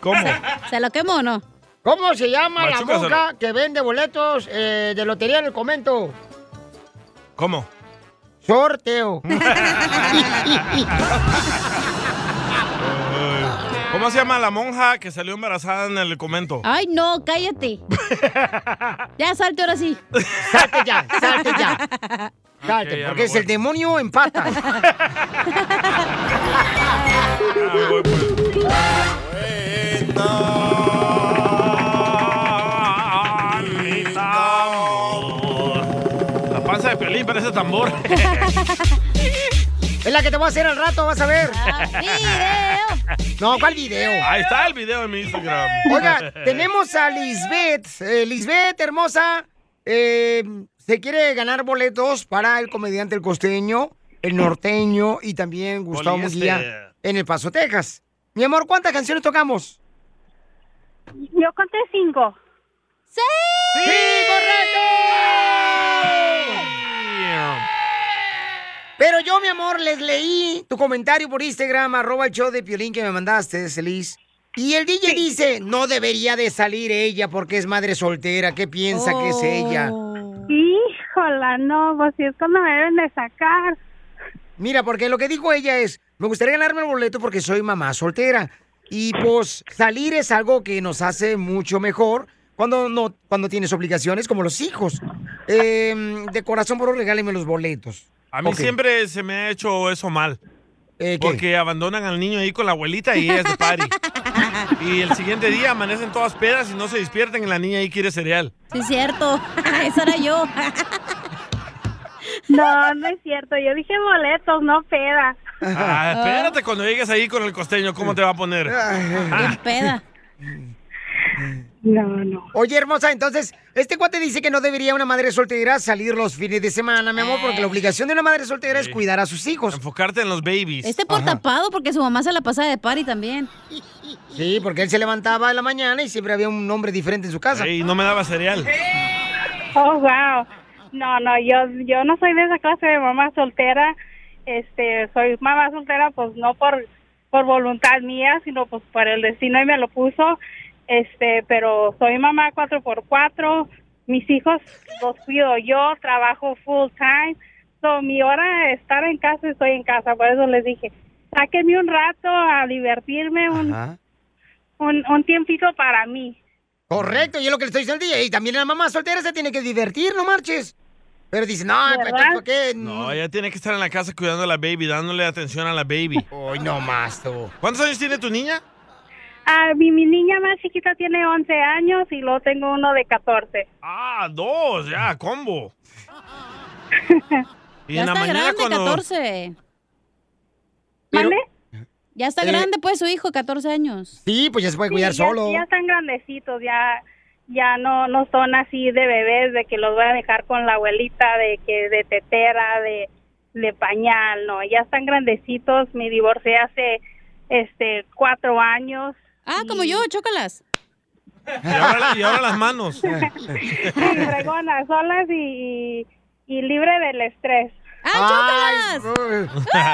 ¿Cómo?
¿Se lo quemo o no?
¿Cómo se llama la
Machúcaselo.
monja que vende boletos eh, de lotería en el convento?
¿Cómo?
Sorteo.
¿Cómo se llama la monja que salió embarazada en el convento?
Ay, no, cállate. Ya salte ahora sí.
Salte ya, salte ya. Salte,
Ah, Ok, ya
porque
me
es el demonio en patas.
La panza de Pelín parece tambor.
Es la que te voy a hacer al rato, vas a ver. No, ¿cuál video?
Ahí está el video en mi Instagram.
Oiga, tenemos a Lisbeth. Eh, Lisbeth, hermosa, eh, se quiere ganar boletos para el comediante El Costeño, El Norteño y también Gustavo
Poliéster.
Munguía en El Paso, Texas. Mi amor, ¿cuántas canciones tocamos?
Yo conté cinco.
¡Sí!
¡Sí, correcto! Pero yo, mi amor, les leí tu comentario por Instagram, arroba el show de Piolín que me mandaste, Celis. Y el DJ dice, no debería de salir ella porque es madre soltera, ¿qué piensa que es ella?
Híjola, no, pues si es cuando me deben de sacar.
Mira, porque lo que dijo ella es, me gustaría ganarme el boleto porque soy mamá soltera. Y pues salir es algo que nos hace mucho mejor cuando no cuando tienes obligaciones como los hijos. Em, de corazón, por favor, regáleme los boletos.
A mí
Ok. Eh,
siempre se me ha hecho eso mal. Porque abandonan al niño ahí con la abuelita y ella es de party. y el siguiente día amanecen todas pedas y no se despiertan y la niña ahí quiere cereal.
Sí, es cierto. Esa Ah, era yo.
No, no es cierto. Yo dije boletos, no peda.
Ah, espérate cuando llegues ahí con el costeño, ¿cómo te va a poner? Ah.
Bien
peda.
No, no.
Oye, hermosa, entonces, este cuate dice que no debería una madre soltera salir los fines de semana, mi amor, porque la obligación de una madre soltera es cuidar a sus hijos.
Enfocarte en los babies.
Este por tapado porque su mamá se la pasa de party también.
Sí, porque él se levantaba en la mañana y siempre había un hombre diferente en su casa.
Y no me daba cereal.
Oh, wow. No, no, yo, yo no soy de esa clase de mamá soltera. Este, soy mamá soltera, pues no por, por voluntad mía, sino pues por el destino y me lo puso. Este, pero soy mamá 4x4. Mis hijos los cuido yo, trabajo full time. So, mi hora de estar en casa, estoy en casa. Por eso les dije, sáquenme un rato a divertirme, un, un, un tiempito para mí.
Correcto, y es lo que le estoy diciendo al día. Y también la mamá soltera se tiene que divertir, no marches. Pero dice, no, pues, ¿tú ¿por qué?
No, ella tiene que estar en la casa cuidando a la baby, dándole atención a la baby.
Hoy no más, tú.
¿Cuántos años tiene tu niña?
Ah, mi, mi niña más chiquita tiene 11 años y luego tengo uno de 14.
Ah, dos, ya, combo. Y
Ya está grande, 14. ¿Vale? Ya está
Eh,
grande, pues, su hijo, 14 años.
Sí, pues ya se puede cuidar
Sí, ya-
solo.
Ya están grandecitos, ya ya no no son así de bebés de que los voy a dejar con la abuelita de que de tetera, de de pañal, no, ya están grandecitos. Me divorcié hace este cuatro años.
Ah, como yo, chócalas.
Y ahora, y ahora las manos.
Fregonas, solas y, y libre del estrés.
¡Ah,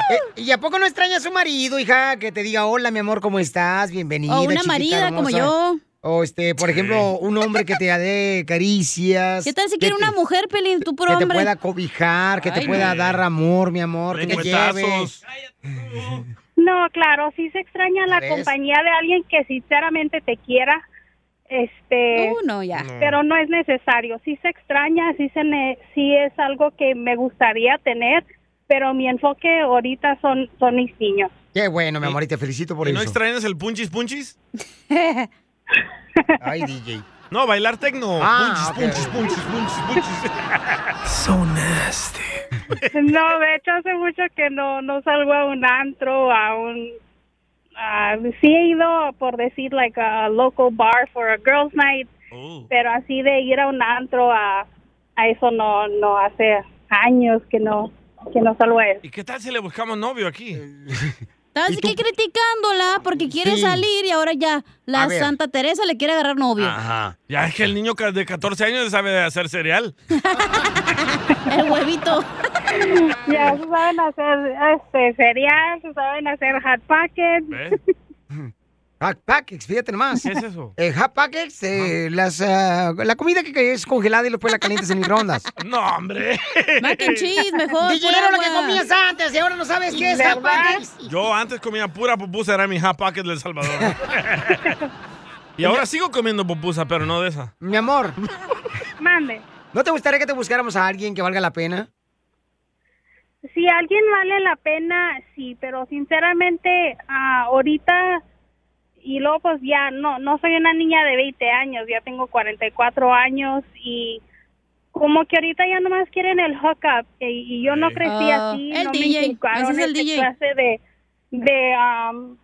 ¿Y y a poco no extraña a su marido, hija? Que te diga, hola, mi amor, ¿cómo estás? Bienvenida.
O una
chiquita
marida como
hermosa".
yo.
O este, por ejemplo, un hombre que te dé caricias.
¿Qué tal si
que
quiere
te-
una mujer, Pelín, tú por
Que te
hombre?
pueda cobijar, que
Ay,
te pueda
no.
dar amor, mi amor, que te lleve.
Lengüetazos.
No, claro, sí se extraña la
¿Ves?
compañía de alguien que sinceramente te quiera. Este,
Uh, no, ya.
No.
Pero no es necesario. Sí se extraña, sí se ne- sí es algo que me gustaría tener, pero mi enfoque ahorita son son mis niños.
Qué bueno, mi amor, y te felicito por
¿Y
eso.
no extrañas el punchis punchis?
Ay, DJ.
No, bailar tecno. punchis,
Ah, ok.
punchis, punchis, punchis, punchis.
So nasty.
no, de hecho hace mucho que no no salgo a un antro, a un a- sí he ido por decir like a local bar for a girls night, pero así de ir a un antro a a eso no no hace años que no que no salgo a eso.
¿Y qué tal si le buscamos novio aquí?
Eh.
Estás aquí criticándola porque quiere
Sí.
salir y ahora ya la
A ver.
Santa Teresa le quiere agarrar novio.
Ah,
Ajá. Ya es que el niño ca- de 14 años sabe hacer cereal.
El huevito.
Ya se saben hacer este cereal, se saben hacer hot pockets.
Hot packets, fíjate nomás.
¿eh? ¿Qué es eso?
Eh, hot packets, eh, las, ah, la comida que- que es congelada y después la calientes en microondas.
No, hombre.
Mac and cheese, mejor.
DJ,
pura
era lo
agua.
que comías antes y ahora no sabes qué es hot packets.
Yo antes comía pura pupusa, era mi hot pocket del Salvador. y ahora sigo comiendo pupusa, pero no de esa.
Mi amor,
Mande.
¿no te gustaría que te buscáramos a alguien que valga la pena?
Si alguien vale la pena, sí, pero sinceramente ah, ahorita y luego pues ya no no soy una niña de 20 años, ya tengo 44 años y como que ahorita ya nomás quieren el hookup y, y yo no
Sí.
crecí
Ah,
así,
el
no
DJ,
me inculcaron
ese es el
esa
DJ.
clase de de am,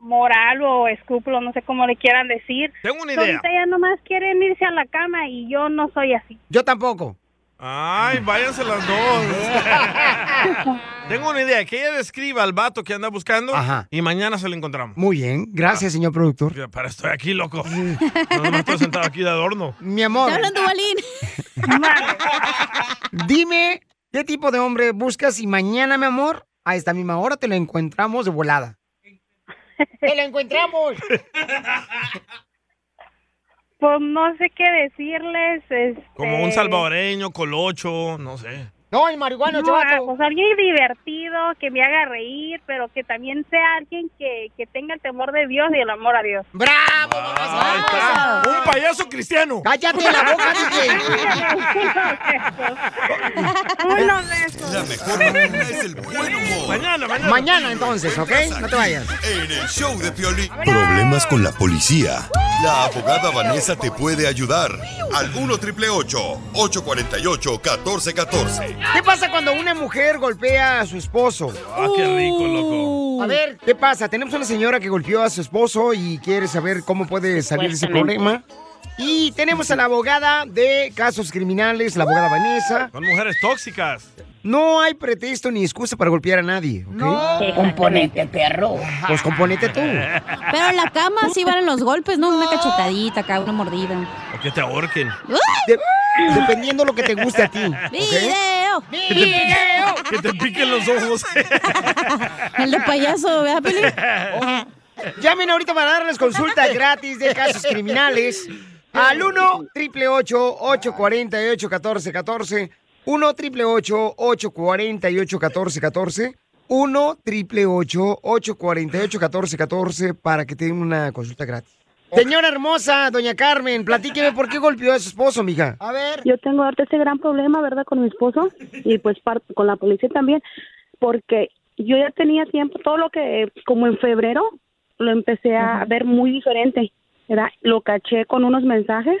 moral o escrúpulo, no sé cómo le quieran decir.
Tengo una
So,
idea.
Ahorita ya nomás quieren irse a la cama y yo no soy así.
Yo tampoco.
Ay, váyanse las dos. Tengo una idea, que ella describa al vato que anda buscando y mañana se lo encontramos.
Muy bien, gracias, señor productor.
Ya, Para estoy aquí, loco. No me estoy sentado aquí de adorno.
Mi amor.
Está hablando Balín.
Dime qué tipo de hombre buscas y mañana, mi amor, a esta misma hora te lo encontramos de volada. ¡Te lo encontramos!
Pues no sé qué decirles. Este...
Como un salvadoreño, colocho, no sé.
No, el marihuano,
No, ah, pues alguien divertido, que me haga reír, pero que también sea alguien que, que tenga el temor de Dios y el amor a Dios.
¡Bravo!
Ah, Ahí está. Un payaso cristiano.
¡Cállate la boca,
Unos besos.
La mejor vacuna es el buen humor.
Mañana, mañana.
Mañana entonces, ¿ok? No te vayas.
En el show de Piolín. Problemas con la policía. La abogada Vanessa te puede ayudar. Al 1 triple 848 1414.
¿Qué pasa cuando una mujer golpea a su esposo? Uh.
Ah, qué rico, loco.
A ver, ¿qué pasa? Tenemos una señora que golpeó a su esposo y quiere saber cómo puede salir de ese problema.
Supuestamente.
Y tenemos a la abogada de casos criminales, la abogada Vanessa.
Son mujeres tóxicas.
No hay pretexto ni excusa para golpear a nadie, ¿ok?
No.
componente, perro. Pues componente tú.
Pero en la cama sí van los golpes, ¿no? Una cachetadita acá, una mordida.
O que te ahorquen.
De- dependiendo lo que te guste a ti.
¡Video!
Que te, piquen- que te piquen los ojos.
El de payaso, ¿verdad, Pelín?
Llamen ahorita para darles consulta gratis de casos criminales al 1 888 848 1414 1 888 848 1414 1 888 848 1414 para que te den una consulta gratis. Señora hermosa, doña Carmen, platíqueme por qué golpeó a su esposo, mija.
A ver.
Yo tengo ahorita ese gran problema, ¿verdad? Con mi esposo y pues par- con la policía también, porque yo ya tenía tiempo, todo lo que, como en febrero, lo empecé a ver muy diferente, ¿verdad? Lo caché con unos mensajes,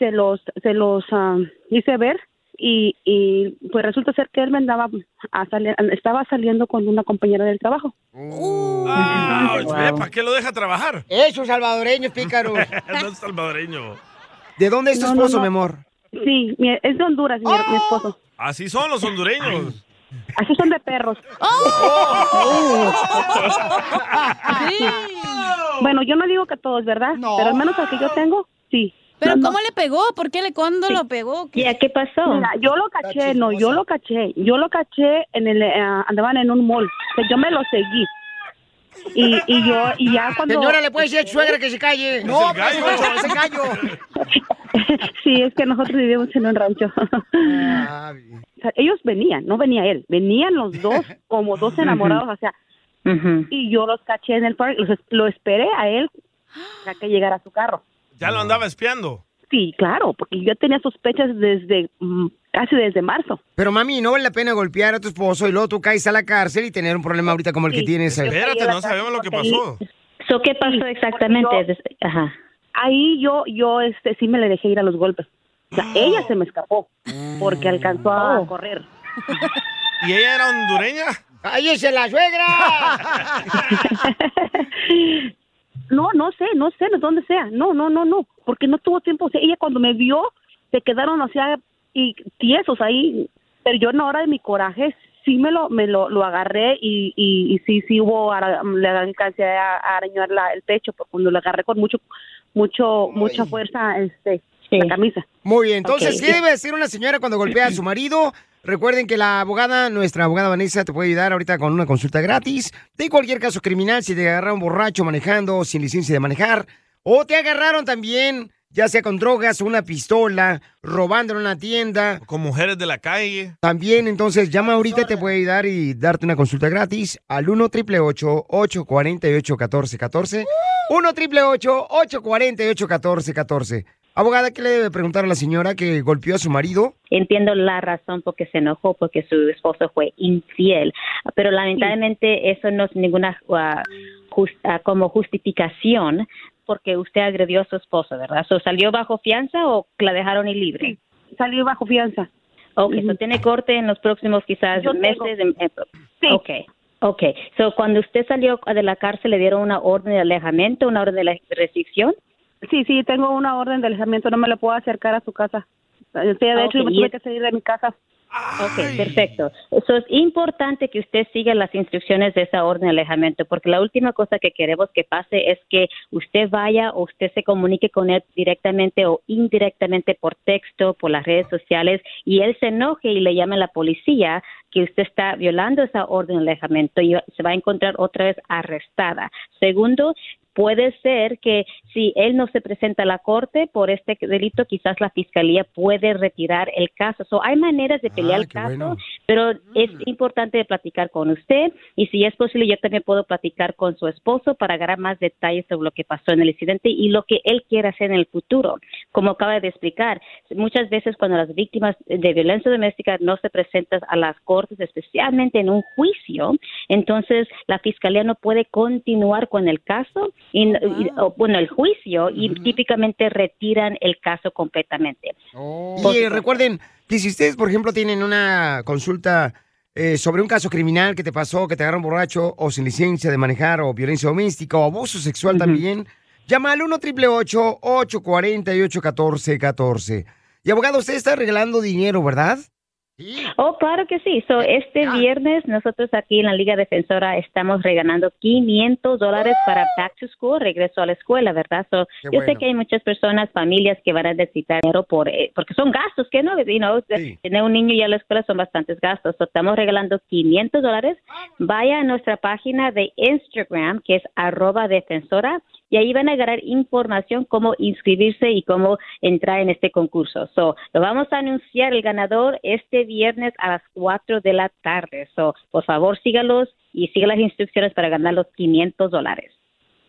se los, se los ah, hice ver y, y pues resulta ser que él me andaba a salir, estaba saliendo con una compañera del trabajo.
Ouch, ve, Ah, ¿Para qué lo deja trabajar?
Eso, salvadoreños, pícaros.
no es salvadoreño.
¿De dónde es tu
No, no,
esposo,
no.
mi amor? ¡Oh!
Sí, mi- es de Honduras, mi, mi esposo.
Así son los hondureños.
Así son de perros.
¡Oh!
Bueno, yo no digo que todos, ¿verdad? Pero al menos al que yo tengo, sí.
¿Pero
No, no.
cómo le pegó? ¿Por qué le cuándo lo pegó?
¿Y qué pasó? Mira, yo lo caché, no, yo lo caché. Yo lo caché en el, eh, andaban en un mall. O sea, yo me lo seguí. Y, y yo, y ya cuando...
Señora, ¿le puede decir a su suegra que se calle? No,
el gallo.
pues, no, ese gallo.
sí, es que nosotros vivimos en un rancho.
Ah,
O sea, ellos venían, no venía él, venían los dos como dos enamorados, o sea, y yo los caché en el parque, los es- lo esperé a él para que llegara a su carro.
Ya lo andaba espiando.
Sí, claro, porque yo tenía sospechas desde mm, casi desde marzo.
Pero mami, no vale la pena golpear a tu esposo y luego tú caes a la cárcel y tener un problema ahorita como el que tienes.
Espérate, no sabemos lo que pasó.
So, ¿Qué pasó
exactamente?
Ajá. Ahí yo, yo este, sí me le dejé ir a los golpes. O sea, ella se me escapó porque alcanzó a correr.
¿Y ella era hondureña?
¡Cállese la suegra!
No, no sé, no sé de dónde sea. No, no, no, no. Porque no tuvo tiempo. O sea, ella cuando me vio, se quedaron o sea, y tiesos ahí. Pero yo en la hora de mi coraje sí me lo, me lo, lo agarré y, y, y sí, sí hubo, ara- le alcancé a, a arañar la- el pecho porque cuando lo agarré con mucho, mucho, mucha fuerza, este, la camisa.
Muy bien, entonces,
Ok.
¿qué debe decir una señora cuando golpea a su marido? Recuerden que la abogada, nuestra abogada Vanessa, te puede ayudar ahorita con una consulta gratis de cualquier caso criminal, si te agarraron borracho manejando o sin licencia de manejar, o te agarraron también, ya sea con drogas o una pistola, robando en una tienda.
Con mujeres de la calle.
También, entonces, llama ahorita, te puede ayudar y darte una consulta gratis al 1 888 848 1414 1 triple 848 1414 Abogada, ¿qué le debe preguntar a la señora que golpeó a su marido?
Entiendo la razón por qué se enojó, porque su esposo fue infiel, pero lamentablemente eso no es ninguna ah, jus- ah, como justificación porque usted agredió a su esposo, ¿verdad? So, ¿Salió bajo fianza o la dejaron y libre?
salió bajo fianza.
Ok, so tiene corte en los próximos quizás Yo tengo. meses. en- en- Ok, ok. So, cuando usted salió de la cárcel, ¿le dieron una orden de alejamiento, una orden de la restricción?
Sí, sí, tengo una orden de alejamiento, no me la puedo acercar a su casa. O sea, de
Ah,
hecho, yo
ok,
me
y
tuve
es-
que salir de mi casa.
Ok, perfecto. Eso es importante que usted siga las instrucciones de esa orden de alejamiento, porque la última cosa que queremos que pase es que usted vaya o usted se comunique con él directamente o indirectamente por texto, por las redes sociales, y él se enoje y le llame a la policía que usted está violando esa orden de alejamiento y se va a encontrar otra vez arrestada. Segundo, puede ser que si él no se presenta a la corte por este delito, quizás la fiscalía puede retirar el caso. So, hay maneras de pelear el caso, pero es importante de platicar con usted y si es posible yo también puedo platicar con su esposo para agarrar más detalles sobre lo que pasó en el incidente y lo que él quiere hacer en el futuro. Como acaba de explicar, muchas veces cuando las víctimas de violencia doméstica no se presentan a las cortes, especialmente en un juicio, entonces la fiscalía no puede continuar con el caso, y, y- o, bueno, el juicio, y típicamente retiran el caso completamente.
Y eh, recuerden que si ustedes, por ejemplo, tienen una consulta eh, sobre un caso criminal que te pasó, que te agarraron borracho o sin licencia de manejar o violencia doméstica o abuso sexual también, llama al 1 888 848 1414 Y abogado, usted está regalando dinero, ¿verdad?
Oh, claro que sí. So, este viernes nosotros aquí en la Liga Defensora estamos regalando 500 dólares para Back to School, regreso a la escuela, ¿verdad? So,
Qué
yo sé
bueno.
que hay muchas personas, familias que van a necesitar dinero por, eh, porque son gastos, que no, you know, tener un niño ya a la escuela son bastantes gastos. So, estamos regalando 500 dólares. Vaya a nuestra página de Instagram, que es arroba defensora, y ahí van a agarrar información cómo inscribirse y cómo entrar en este concurso. So, lo vamos a anunciar el ganador este viernes a las 4 de la tarde. So, por favor, sígalos y siga las instrucciones para ganar los 500 dólares.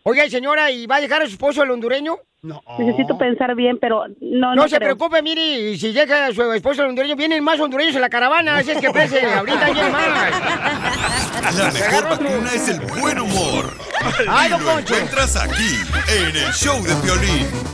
Oiga, y señora, ¿y va a dejar a su esposo el hondureño? No.
Necesito pensar bien, pero no,
No,
no,
se
creo.
preocupe, mire, y si llega su esposo el hondureño, vienen más hondureños en la caravana, así es que pese, ahorita vienen más.
La mejor vacuna es el buen humor.
Ay,
Y
don
lo
Poncho.
encuentras aquí, en el show de violín.